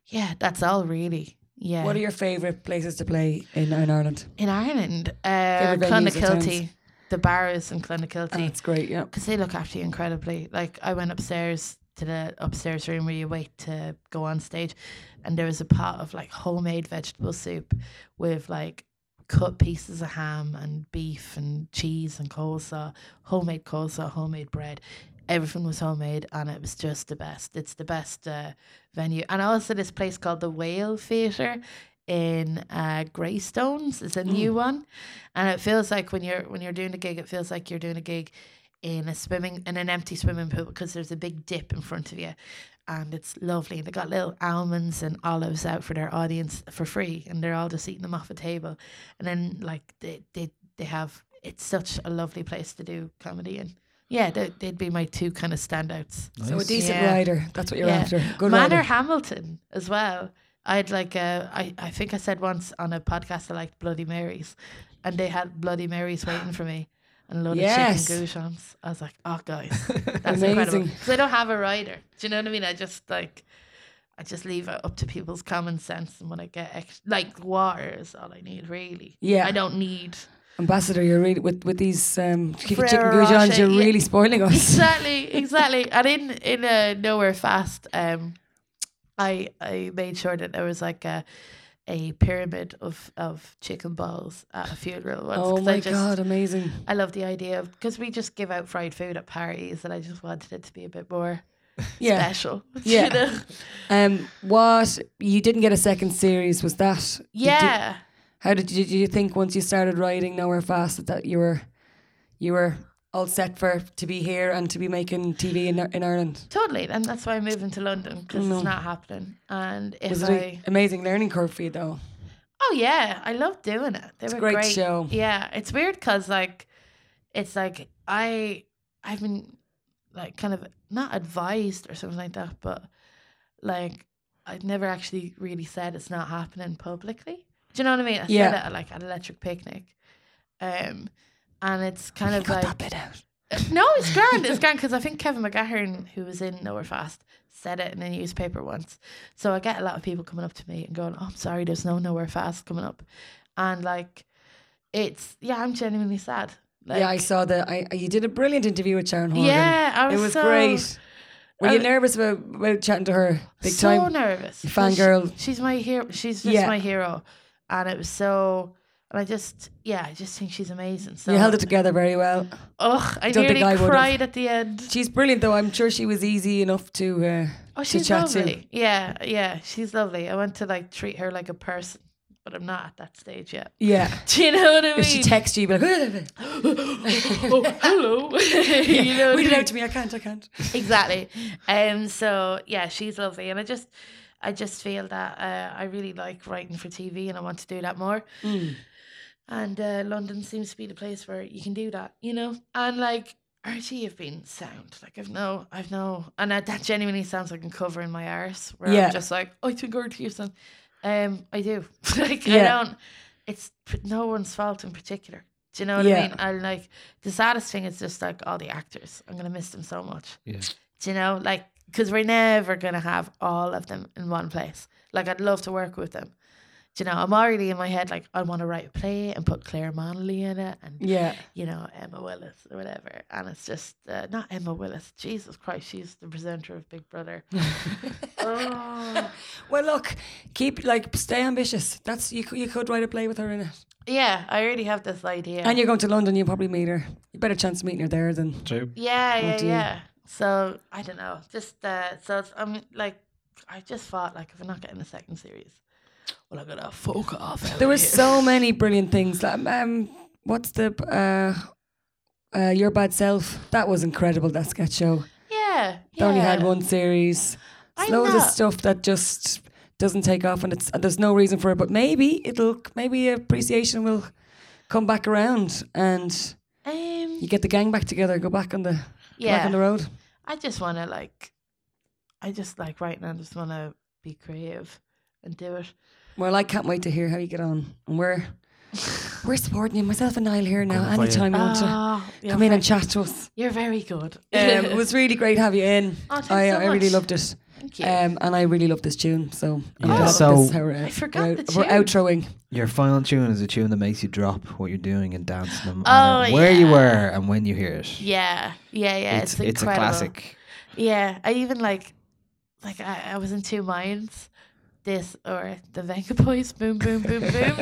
yeah, that's all really. Yeah. What are your favourite places to play in, in Ireland? in Ireland? Uh, Favourite venues or towns? Clonakilty, the Barrows in Clonakilty. That's great, yeah. because they look after you incredibly. Like I went upstairs to the upstairs room where you wait to go on stage, and there was a pot of like homemade vegetable soup with like cut pieces of ham and beef and cheese and coleslaw, homemade coleslaw, homemade bread. Everything was homemade, and it was just the best. It's the best uh, venue, and also this place called the Whale Theatre in uh, Greystones is a new one, and it feels like when you're when you're doing a gig, it feels like you're doing a gig in a swimming in an empty swimming pool because there's a big dip in front of you, and it's lovely. And they got little almonds and olives out for their audience for free, and they're all just eating them off a table, and then like they they they have it's such a lovely place to do comedy in. Yeah, they- they'd be my two kind of standouts. So a decent Yeah. rider. That's what you're after. Good Manor rider. Hamilton as well. I'd like uh, I I think I said once on a podcast I liked Bloody Marys, and they had Bloody Marys waiting for me and a load Yes. of chicken goujons. I was like, oh guys, that's Amazing. incredible. Because I don't have a rider. Do you know what I mean? I just like. I just leave it up to people's common sense, and when I get ex- like water is all I need, really. Yeah. I don't need Ambassador, you're really with with these um, chicken Ferrero goujons. Rocher, You're yeah. really spoiling us. exactly, exactly. And in in uh, nowhere fast, um, I I made sure that there was like a a pyramid of of chicken balls at a funeral. Once, Oh 'cause I my just, god, amazing! I love the idea of because we just give out fried food at parties, and I just wanted it to be a bit more Yeah. special. Yeah. you know? Um, what you didn't get a second series was that? Did you- yeah. how did you, did you think once you started writing Nowhere Fast that you were you were all set for to be here and to be making TV in in Ireland? Totally, and that's why I'm moving to London because No. it's not happening. And if Was it I, an amazing learning curve for you though? Oh yeah, I love doing it. They It's a were great great, show. Yeah, it's weird because like, it's like I I've been like kind of not advised or something like that, but like I've never actually really said it's not happening publicly. Do you know what I mean? I Yeah. said it at, like at Electric Picnic, um, and it's kind of like out. uh, No, it's grand. It's grand because I think Kevin McGahern, who was in Nowhere Fast, said it in a newspaper once. So I get a lot of people coming up to me and going, "Oh, I'm sorry, there's no Nowhere Fast coming up," and like, it's yeah, I'm genuinely sad. Like, yeah, I saw that. I you did a brilliant interview with Sharon Horgan. yeah, I it was, was so, great. Were you I- nervous about, about chatting to her big so time? nervous. 'cause Fangirl. she- she's my hero. She's just Yeah. my hero, and it was so. And I just, yeah, I just think she's amazing. So You held it together very well. Ugh, I Don't think nearly I would've. cried at the end. She's brilliant, though. I'm sure she was easy enough to uh, Oh, to she's chat lovely. Yeah, yeah, she's lovely. I want to like treat her like a person, but I'm not at that stage yet. to. Yeah. Do you know what I mean? If she texts you, you'd be like, oh, hello. you know what read it I mean? out to me. I can't. I can't. exactly. Um. So yeah, she's lovely, and I just, I just feel that uh, I really like writing for TV, and I want to do that more. Mm. And uh, London seems to be the place where you can do that, you know. And like RT have been sound, like I've no, I've no, and that, that genuinely sounds like I'm covering my arse, where Yeah. I'm just like, I think RT are sound. Um, I do. like Yeah. I don't. It's p- no one's fault in particular. Do you know what Yeah. I mean? And like the saddest thing is just like all the actors. I'm gonna miss them so much. Yeah. Do you know, like, because we're never going to have all of them in one place. Like, I'd love to work with them. Do you know, I'm already in my head, like, I want to write a play and put Claire Monley in it and, Yeah. you know, Emma Willis or whatever. And it's just, uh, not Emma Willis. Jesus Christ, she's the presenter of Big Brother. oh. Well, look, keep like stay ambitious. That's you. cou- You could write a play with her in it, Yeah, I already have this idea. and you're going to London. You probably meet her. You better chance of meeting her there than True. Yeah, yeah, dear. yeah. So I don't know. Just uh, so it's, I'm like, I just thought like if I'm not getting the second series, well, I'm gonna fuck off. out There were here. so many brilliant things. Um, um, what's the uh, uh, your bad self? That was incredible. That sketch show. Yeah, They only had yeah. one series. It's I loads of know. stuff that just doesn't take off, and it's and there's no reason for it. But maybe it'll maybe appreciation will come back around, and Um, you get the gang back together, go back on the go back Yeah. on the road. I just want to like, I just like right now. I just want to be creative and do it. Well, I can't wait to hear how you get on. And we're we're supporting you, myself and Niall here now. for you. Anytime you want to Ah, you're come in and very- chat to us. You're very good. Um, it was really great to have you in. Oh, thanks I, so I really much. loved it. Thank you. Um, and I really love this tune. So I'm Yeah. glad So- this is how we're, I forgot we're, the we're tune. outroing. Your final tune is a tune that makes you drop what you're doing and dance them Oh, on it, where you yeah. were and when you hear it. yeah, yeah, yeah. It's, it's, it's a incredible. classic. Yeah, I even like, like I, I was in two minds, this or the Venga Boys, boom, boom, boom, boom,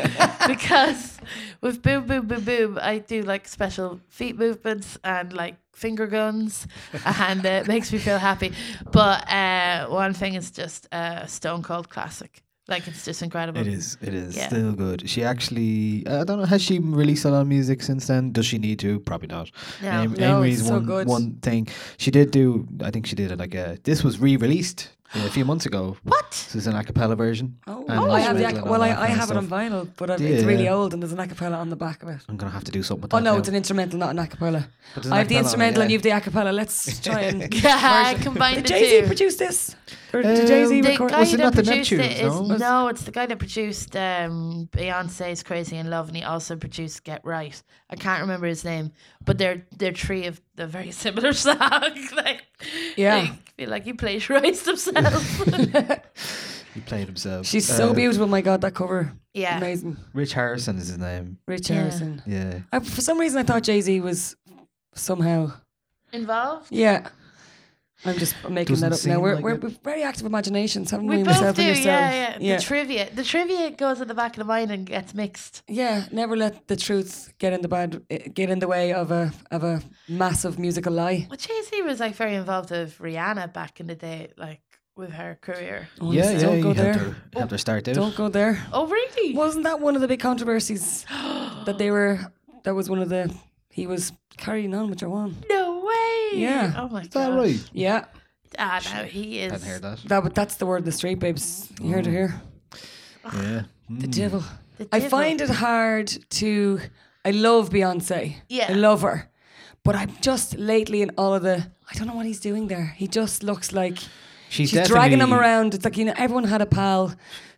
because with boom, boom, boom, boom, I do like special feet movements and like finger guns, and uh, it makes me feel happy. But uh, one thing is just uh, Stone Cold classic. Like it's just incredible. It is. It is Yeah. still good. She actually, I don't know, has she released a lot of music since then? Does she need to? Probably not. No. Aim- No, Amory's it's so one good. one thing she did do. I think she did it like a. This was re-released uh, a few months ago. What? This is an acapella version. Oh, and I she have the did a ac- lot well, I, of that I kind of have it on stuff. vinyl, but I've, it's really Yeah. old and there's an acapella on the back of it. I'm gonna have to do something. With Oh that no, now. it's an instrumental, not an acapella. But there's an I have the acapella, instrumental and yeah. you've the acapella. Let's try and Yeah, merge it. combine Did the Jay Z two. produce this? Or Um, did Jay Z The record? guy- Was it that not the produced Neptunes, it is no? no, it's the guy that produced um, Beyonce's "Crazy in Love" and he also produced "Get Right." I can't remember his name, but they're they're three of the very similar songs. like, Yeah. I feel like he plagiarized himself. He played himself. She's so Uh, beautiful. Oh My God, that cover. yeah, Amazing. Rich Harrison is his name. Rich Yeah. Harrison. Yeah. I, for some reason, I thought Jay Z was somehow. involved. Yeah. I'm just making Doesn't that up now. seem We're, like we're, it. we're very active imaginations, haven't we? We both myself do, yeah, and yourself. yeah, The trivia, the trivia goes in the back of the mind and gets mixed. Yeah, never let the truth get in the bad eh, get in the way of a of a massive musical lie. Well, Jay Z was like very involved with Rihanna back in the day, like with her career. Oh, yeah, yeah. don't he go helped there. her, helped her start out. Don't go there. Oh, really? Wasn't that one of the big controversies that they were? That was one of the. He was carrying on with your one. No way. Yeah. Oh my Is that god. right? Yeah, Ah, no, he is. I hadn't heard that. that but that's the word the straight babes. You heard it here. Yeah. The devil. The I devil. find it hard to. I love Beyonce. Yeah. I love her, but I'm just lately in all of the. I don't know what he's doing there. He just looks like. She's, She's dragging him definitely- around. It's like you know, everyone had a pal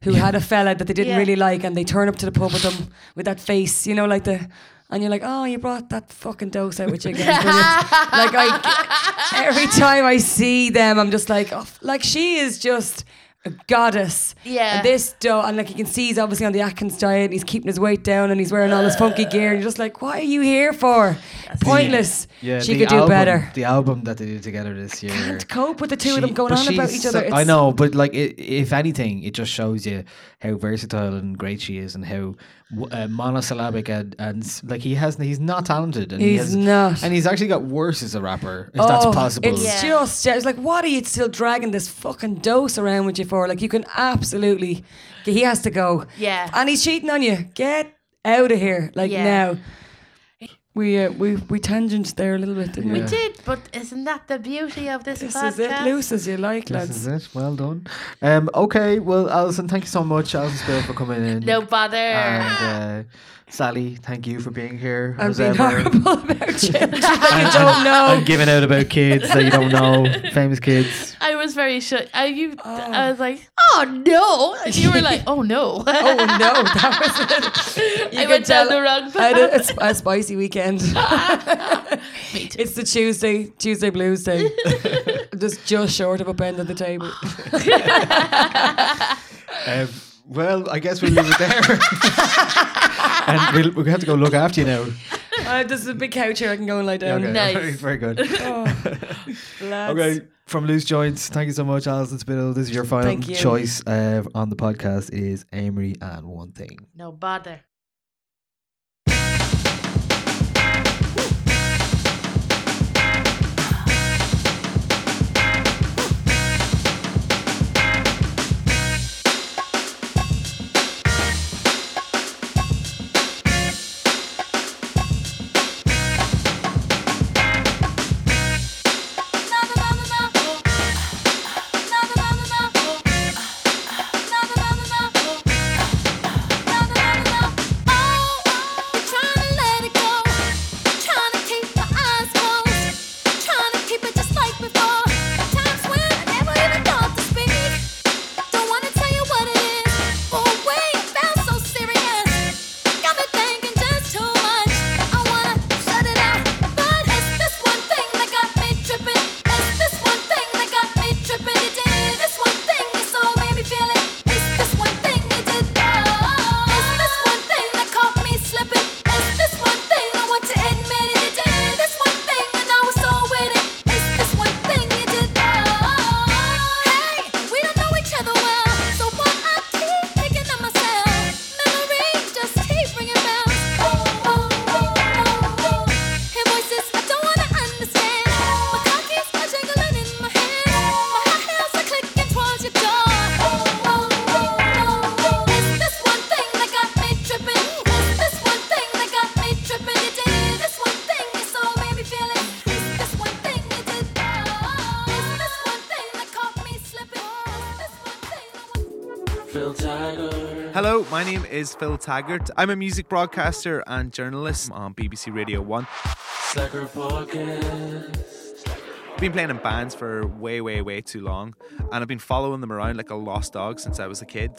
who had a fella that they didn't Yeah. really like, and they turn up to the pub with them with that face, you know, like the. And you're like, oh, you brought that fucking dose out with you again. Brilliant. like I, every time I see them, I'm just like, oh, f- like she is just a goddess. Yeah. And this dough, and like you can see, he's obviously on the Atkins diet, and he's keeping his weight down, and he's wearing all his funky gear, and you're just like, what are you here for? Pointless. Yeah, she the could do album- better. The album that they did together this year. Can't cope with the two of She- them going but on about she's each other. so- I know, but like, i if anything, it just shows you how versatile and great she is, and how w- uh, monosyllabic and, and s- like he has, he's not talented, and he He's has- not. and he's actually got worse as a rapper, if that's possible. Oh, It's Yeah. just it's like, what are you still dragging this fucking dose around with you for? Like, you can absolutely, he has to go. Yeah. and he's cheating on you. Get out of here, like Yeah. now. We uh, we we tangents there a little bit, didn't We we? did, but isn't that the beauty of this, This podcast? is it, loose as you like, This lads. is it. Well done. Um, okay, well, Alison, thank you so much, Alison Spill, for coming in. No bother. And uh, Sally, thank you for being here. I'm as being ever. horrible about children. I and- don't know. and giving out about kids that you don't know, famous kids. I was very shook. I you, I was like, oh no, and you were like, oh no. Oh no, that was it. I can went down tell- the wrong I had a, a path. sp- a spicy weekend. It's the Tuesday, Tuesday Blues Day. just just short of a bend of the table. Um, well, I guess we'll leave it there. and we'll, we'll have to go look after you now. Uh, there's a big couch here. I can go and lie down. Oh. Okay, Nice. very, very good. Lads. Okay, from Loose Joints, thank you so much, Alison Spittle. This is your final Thank you. choice uh, on the podcast is Amory and One Thing. no bother. Thank you. Oh, Oh, Hello, my name is Phil Taggart. I'm a music broadcaster and journalist on BBC Radio 1. Been playing in bands for way, way, way too long, and I've been following them around like a lost dog since I was a kid.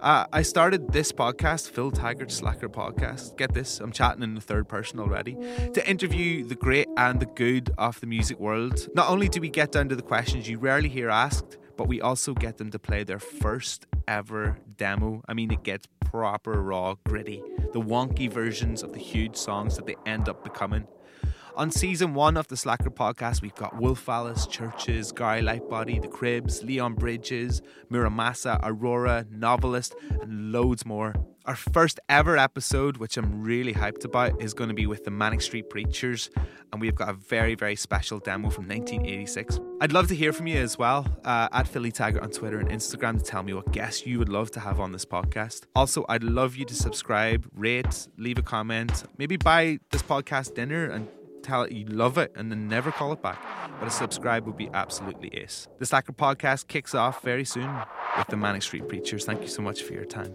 Uh, I started this podcast, Phil Taggart Slacker Podcast. Get this, I'm chatting in the third person already, to interview the great and the good of the music world. Not only do we get down to the questions you rarely hear asked, but we also get them to play their first ever demo. I mean, it gets proper raw, gritty. The wonky versions of the huge songs that they end up becoming. On season one of the Slacker podcast, we've got Wolf Alice, Churches, Gary Lightbody, The Cribs, Leon Bridges, Muramasa, Aurora, Novelist, and loads more. Our first ever episode, which I'm really hyped about, is going to be with the Manic Street Preachers, and we've got a very, very special demo from 1986. I'd love to hear from you as well uh, at Philly Taggart on Twitter and Instagram to tell me what guests you would love to have on this podcast. Also, I'd love you to subscribe, rate, leave a comment, maybe buy this podcast dinner and tell it you love it and then never call it back. But a subscribe would be absolutely ace. The Slacker podcast kicks off very soon with the Manic Street Preachers. Thank you so much for your time.